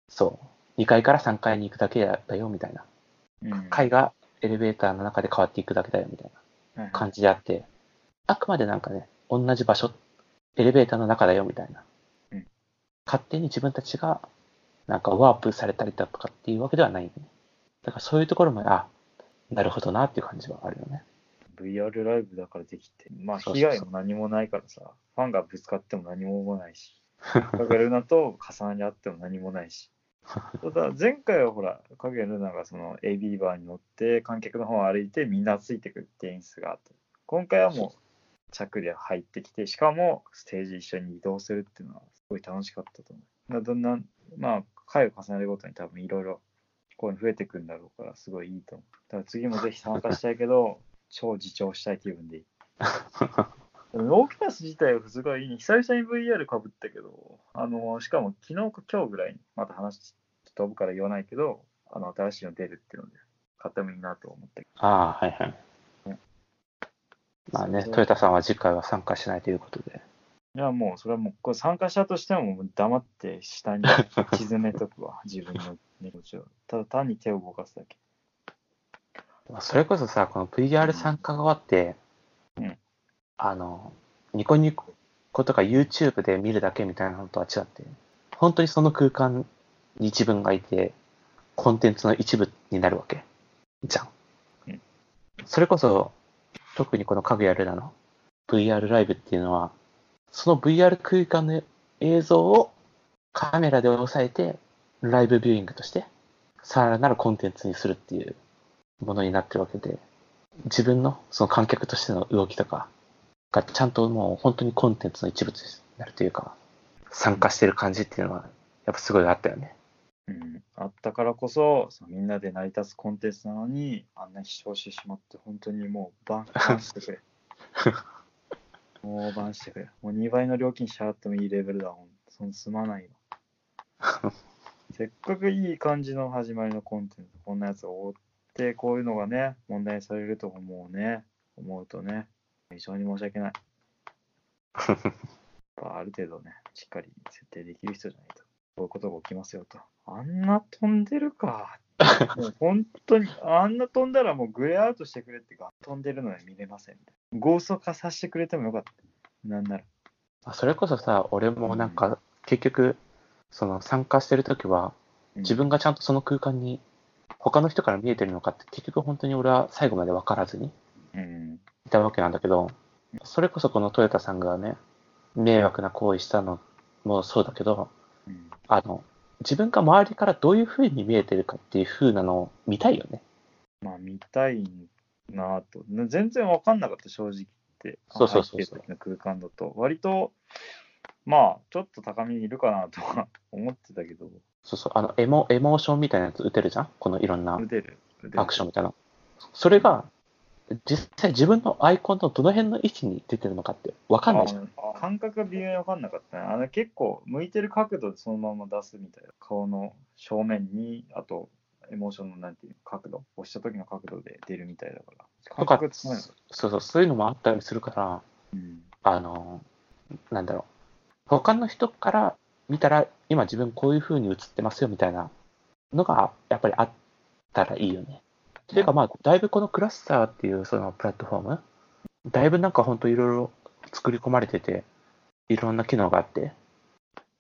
Speaker 2: そう、2階から3階に行くだけだよ、みたいな。
Speaker 1: うん
Speaker 2: 階がエレベーターの中で変わっていくだけだよ、みたい
Speaker 1: はい
Speaker 2: な。
Speaker 1: はい
Speaker 2: 感じであって、あくまでなんかね、同じ場所、エレベーターの中だよみたいな
Speaker 1: うん。
Speaker 2: 勝手に自分たちが、なんかワープされたりだとかっていうわけではないよね。だからそういうところも、あ、なるほどなっていう感じはあるよね。
Speaker 1: VR ライブだからできて、まあ
Speaker 2: そう
Speaker 1: 被
Speaker 2: そうそ
Speaker 1: 害
Speaker 2: う
Speaker 1: も何もないからさ、ファンがぶつかっても何も思わない
Speaker 2: (laughs)
Speaker 1: し、影ルナと重なり合っても何もないし。ただ前回はほら、影ルナがその AB バーに乗って観客の方を歩いてみんなついてくって演出があった。今回はもう着で入ってきて、しかもステージ一緒に移動するっていうのはすごい楽しかったと思う。だどんな、まあ回を重ねるごとに多分いろいろこういうの増えてくんだろうから、すごいいいと思う。だから次もぜひ参加したいけど、超自重したい気分で
Speaker 2: (laughs)
Speaker 1: いい。でもノーキャス自体はすごいいいね。久々に VR かぶったけど、あの、しかも昨日か今日ぐらいに、また話飛ぶから言わないけど、あの、新しいの出るっていうので、買ってもいいなと思ったけ
Speaker 2: ああ、はいはい
Speaker 1: うん。
Speaker 2: まあね、
Speaker 1: そう
Speaker 2: トヨタさんは次回は参加しないということで。
Speaker 1: ど。いや、もう、それはもう、これ参加したとしても、もう黙って下
Speaker 2: (laughs)
Speaker 1: に沈めとくわ、自分の猫ちを。ただ単に手を動かすだけ。
Speaker 2: まあそれこそさ、この VR 参加側って、
Speaker 1: うん
Speaker 2: あの、ニコニコとか YouTube で見るだけみたいなのとは違って、本当にその空間に自分がいて、コンテンツの一部になるわけじゃん。
Speaker 1: うん
Speaker 2: それこそ、特にこの家具やるなの VR ライブっていうのは、その VR 空間の映像をカメラで押さえて、ライブビューイングとして、さらなるコンテンツにするっていうものになってるわけで、自分のその観客としての動きとかがちゃんともう本当にコンテンツの一部になるというか、参加してる感じっていうのは、やっぱすごいあったよね。
Speaker 1: うん、あったからこそそのみんなで成り立つコンテンツなのにあんな飛翔してしまって本当にもうバンバンしてくれもうバンしてくれもう2倍の料金支払ってもいいレベルだもんそのすまないよせっかくいい感じの始まりのコンテンツこんなやつを追ってこういうのがね問題にされると思うね思うとね非常に申し訳ないやっぱある程度ねしっかり設定できる人じゃないとこういうことが起きますよと。あんな飛んでるか。もう本当に、あんな飛んだらもうグレーアウトしてくれっていうか、飛んでるのに見れませんみたいな。ゴースト化させてくれてもよかった。なんなら。
Speaker 2: あそれこそさ、俺もなんか、結局、その参加してるときは、
Speaker 1: うん
Speaker 2: 自分がちゃんとその空間に他の人から見えてるのかって結局本当に俺は最後まで分からずに
Speaker 1: うん。
Speaker 2: いたわけなんだけど、それこそこのトヨタさんがね、迷惑な行為したのもそうだけど、
Speaker 1: うん。
Speaker 2: あの、自分が周りからどういう風に見えてるかっていう風なのを見たいよね。
Speaker 1: まあ、見たいなぁと。な全然わかんなかった、正直言って。
Speaker 2: そうそうそうそう
Speaker 1: 入ってる時の空間だと。割と、まあ、ちょっと高みにいるかなとは思ってたけど、
Speaker 2: そうそう、あの、エモ、エモーションみたいなやつ打てるじゃんこのいろんな
Speaker 1: 打てる。打てる
Speaker 2: アクションみたいな。それが、実際自分のアイコンのどの辺の位置に出てるのかって分かんないじゃん。
Speaker 1: あの感覚が微妙に分かんなかったね。あの結構、向いてる角度でそのまま出すみたいな。顔の正面に、あと、エモーションのなんていうの角度、押した時の角度で出るみたいだから。
Speaker 2: と
Speaker 1: 感
Speaker 2: か
Speaker 1: 覚がつまんなかっ、
Speaker 2: そうそう、そういうのもあったりするから、
Speaker 1: た。うん。
Speaker 2: あの、なんだろう。他の人から見たら、今自分こういう風に映ってますよみたいなのが、やっぱりあったらいいよね。ていうかまあ、だいぶこのクラスターっていうそのプラットフォーム、だいぶなんかほんといろいろ作り込まれてて、いろんな機能があって、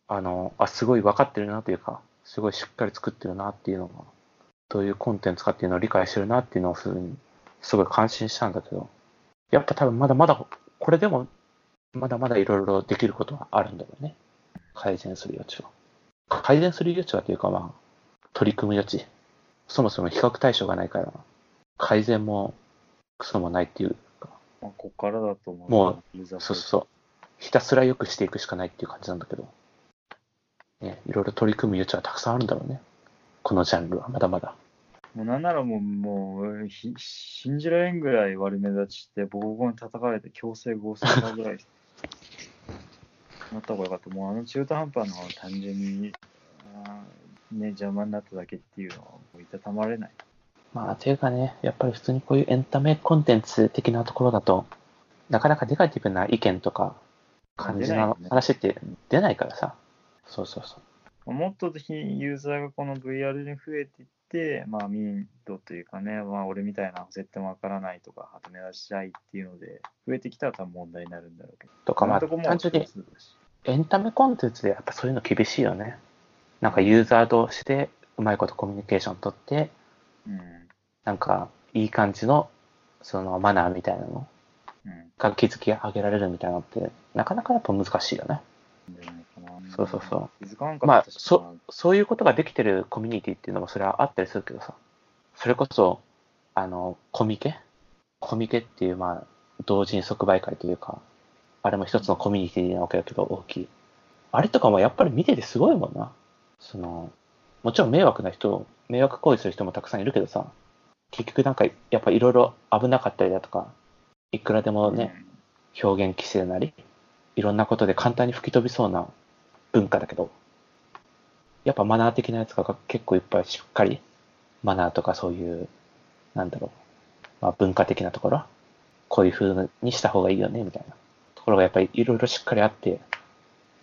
Speaker 2: あの、あ、すごい分かってるなというか、すごいしっかり作ってるなっていうのが、どういうコンテンツかっていうのを理解してるなっていうのをすごいすごい感心したんだけど、やっぱ多分まだまだ、これでもまだまだいろいろできることはあるんだよね。改善する余地は。改善する余地はというかまあ、取り組む余地。そもそも比較対象がないから、改善もクソもないっていうか、
Speaker 1: まあ、ここからだと思う。
Speaker 2: もう
Speaker 1: ユーザー
Speaker 2: そうそ
Speaker 1: フ
Speaker 2: う
Speaker 1: ォー
Speaker 2: そう。ひたすら良くしていくしかないっていう感じなんだけど、ね、いろいろ取り組む余地はたくさんあるんだろうね。このジャンルはまだまだ。
Speaker 1: もうなんならもう、もうひ信じられんぐらい悪目立ちして、ボコボコに叩かれて、強制合成化ぐらいなった方がよかった。もうあの中途半端なのは単純に、あーね、邪魔になっただけっていうのは、もういたたまれない。
Speaker 2: まあ、というかね、やっぱり普通にこういうエンタメコンテンツ的なところだと、なかなかネガティブな意見とか、感じ
Speaker 1: 出
Speaker 2: の
Speaker 1: ないよね
Speaker 2: 話って出ないからさ。そうそうそう。
Speaker 1: もっとぜひユーザーがこの VR に増えていって、まあ、民度というかね、まあ、俺みたいな絶対わからないとか、目立ちたいっていうので、増えてきたら多分問題になるんだろうけど。
Speaker 2: とか、まあ、
Speaker 1: 今のとこ
Speaker 2: 単純に
Speaker 1: 少数だし
Speaker 2: エンタメコンテンツでやっぱそういうの厳しいよね。なんかユーザー同士でうまいことコミュニケーション取って、
Speaker 1: うん。
Speaker 2: なんかいい感じのそのマナーみたいなの
Speaker 1: うん。
Speaker 2: が築き上げられるみたいなのって、なかなかやっぱ難しいよね。
Speaker 1: じゃないかな。
Speaker 2: そうそうそう
Speaker 1: 気づかんかっ
Speaker 2: まあ
Speaker 1: たしな
Speaker 2: そそういうことができてるコミュニティっていうのもそれはあったりするけどさそれこそあのコミケコミケっていうまあ同人即売会というかあれも一つのコミュニティなわけだけど大きいあれとかもやっぱり見ててすごいもんなそのもちろん迷惑な人迷惑行為する人もたくさんいるけどさ結局なんかやっぱいろいろ危なかったりだとかいくらでもね、表現規制なりいろんなことで簡単に吹き飛びそうな文化だけどやっぱマナー的なやつが結構いっぱいしっかりマナーとかそういうなんだろう、まあ、文化的なところこういう風にした方がいいよねみたいなところがやっぱりいろいろしっかりあって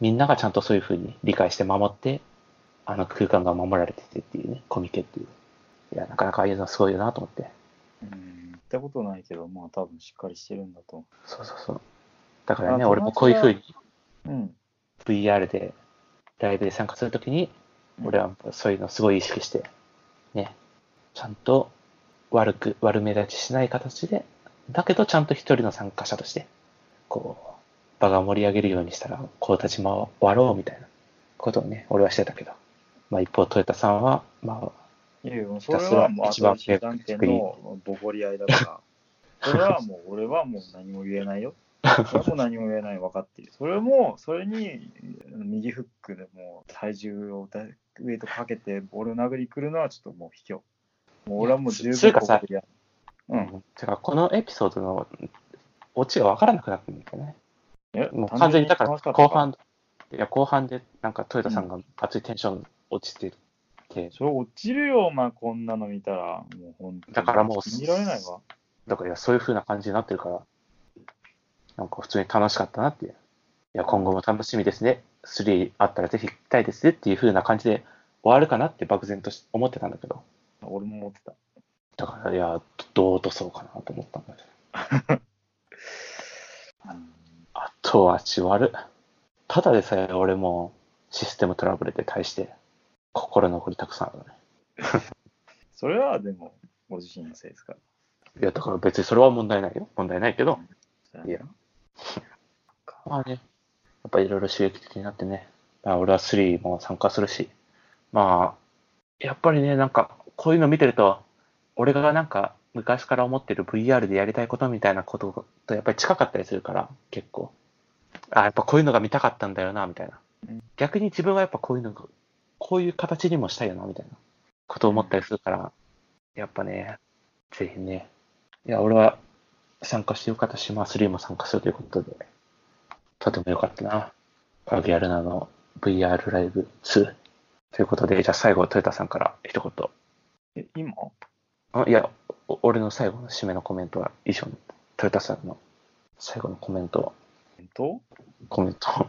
Speaker 2: みんながちゃんとそういう風に理解して守ってあの空間が守られててっていうねコミケっていういやなかなかああいうのすごいよなと思って
Speaker 1: うん。うん行ったことないけど、まあ多分しっかりしてるんだと思
Speaker 2: そうそうそうだからね
Speaker 1: あ
Speaker 2: 俺もこういう風に
Speaker 1: う。うん。
Speaker 2: VR でライブで参加するときに、俺はそういうのすごい意識して、ね、ちゃんと悪く、悪目立ちしない形で、だけどちゃんと一人の参加者として、こう、場が盛り上げるようにしたら、こう立ち回ろうみたいなことをね、俺はしてたけど、まあ一方、トヨタさんは、まあ、
Speaker 1: いやいや、もうそれはもう
Speaker 2: ひたすら
Speaker 1: 新しい関係のボコり合いだから。それはもう、俺はもう何も言えないよ。それも何も言えない、分かってる。それも、それに、右フックでもう体重をだウエイトかけて、ボールを殴りくるのはちょっともう卑怯。もう俺はもう十
Speaker 2: つう
Speaker 1: 分
Speaker 2: かさ
Speaker 1: り合い。うん。
Speaker 2: てか、このエピソードのオチが分からなくなってるんだよね。
Speaker 1: え
Speaker 2: もう完全にだから
Speaker 1: 単純楽し
Speaker 2: 後
Speaker 1: ったか
Speaker 2: 半、いや後半でなんかトヨタさんが熱いテンション落ちてて、
Speaker 1: それ落ちるよ、お前、こんなの見たら。もう本当に
Speaker 2: だからもう
Speaker 1: 信じられないわ。
Speaker 2: だからいやそういう風な感じになってるから、なんか普通に楽しかったなっていう。いや、今後も楽しみですね。3あったらぜひ行きたいですねっていう風な感じで終わるかなって漠然とし思ってたんだけど、
Speaker 1: 俺も思ってた。
Speaker 2: だからいや、どう落とそうかなと思ったんだけど。あとは血悪い。ただでさえ俺もシステムトラブルで対して心残りたくさんあるね。
Speaker 1: それはでも、ご自身のせいですから。
Speaker 2: いや、だから別にそれは問題ないよ。問題ないけど。いや。まあね、やっぱいろいろ刺激的になってね。まあ俺は3も参加するし。まあ、やっぱりね、なんか、こういうの見てると、俺がなんか、昔から思ってる VR でやりたいことみたいなこととやっぱり近かったりするから、結構。あ、やっぱこういうのが見たかったんだよな、みたいな
Speaker 1: うん。
Speaker 2: 逆に自分はやっぱこういうのが、こういう形にもしたいよな、みたいなことを思ったりするから、やっぱね、ぜひね。いや、俺は参加してよかったし、まあ3も参加するということで、とてもよかったな。バギアルナの VR ライブ2。ということで、じゃあ最後、トヨタさんから一言。
Speaker 1: え、今
Speaker 2: あいや、お俺の最後の締めのコメントは以上。トヨタさんの最後のコメント、
Speaker 1: えっと、
Speaker 2: コメント。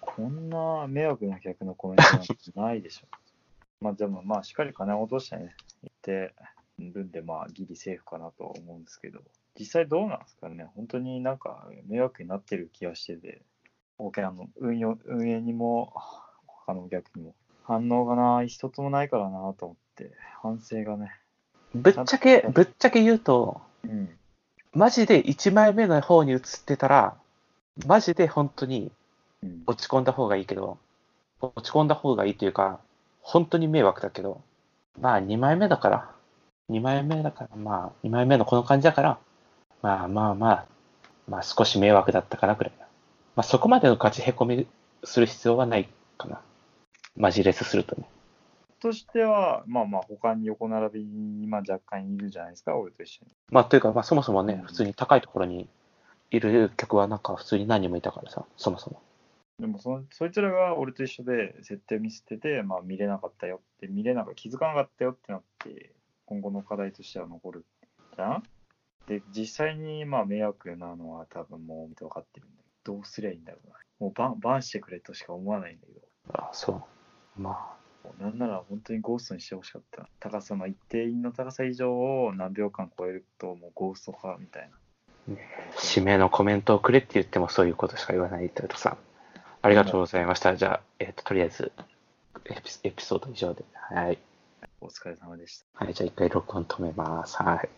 Speaker 1: こんな迷惑な客のコメントなんてないでしょ。 (laughs) まあでも、まあしっかり金を落としてね、行ってるんで、まあギリセーフかなとは思うんですけど、実際どうなんですかね、本当になんか迷惑になってる気がしてて、保険の運用運営にも、他のお客にも、反応がな、一つもないからなと思って、反省がね。
Speaker 2: ぶっちゃけ、ぶっちゃけ言うと、
Speaker 1: うん。
Speaker 2: マジで1枚目の方に映ってたら、マジで本当に
Speaker 1: うん、
Speaker 2: 落ち込んだ方がいいけど、落ち込んだ方がいいというか、本当に迷惑だけど、まあ2枚目だから、2枚目だから、まあ2枚目のこの感じだから、まあまあまあ、まあ少し迷惑だったかなくらいな。まあそこまでの勝ちへこみする必要はないかな。マジレスするとね。
Speaker 1: としては、まあまあ、他に横並びに、まあ若干いるじゃないですか、俺と一緒に。
Speaker 2: まあというか、まあそもそもね、普通に高いところにいる客はなんか普通に何人もいたからさ、そもそも。
Speaker 1: でもその、そいつらが俺と一緒で設定ミスってて、まあ見れなかったよって、見れなかった、気づかなかったよってなって、今後の課題としては残るじゃんで、実際にまあ迷惑なのは多分もう分かってるんだけど、どうすりゃいいんだろうな。もうバンバンしてくれとしか思わないんだけど。
Speaker 2: あそう。まあ、
Speaker 1: もうなんなら本当にゴーストにしてほしかった。高さの一定の高さ以上を何秒間超えるともうゴーストかみたいな。
Speaker 2: 指名のコメントをくれって言ってもそういうことしか言わないトヨタさん。ありがとうございました。じゃあ、えっ、と、とりあえずエピ、エピソード以上で。はい。
Speaker 1: お疲れ様でした。
Speaker 2: はい、じゃあ一回録音止めます。はい。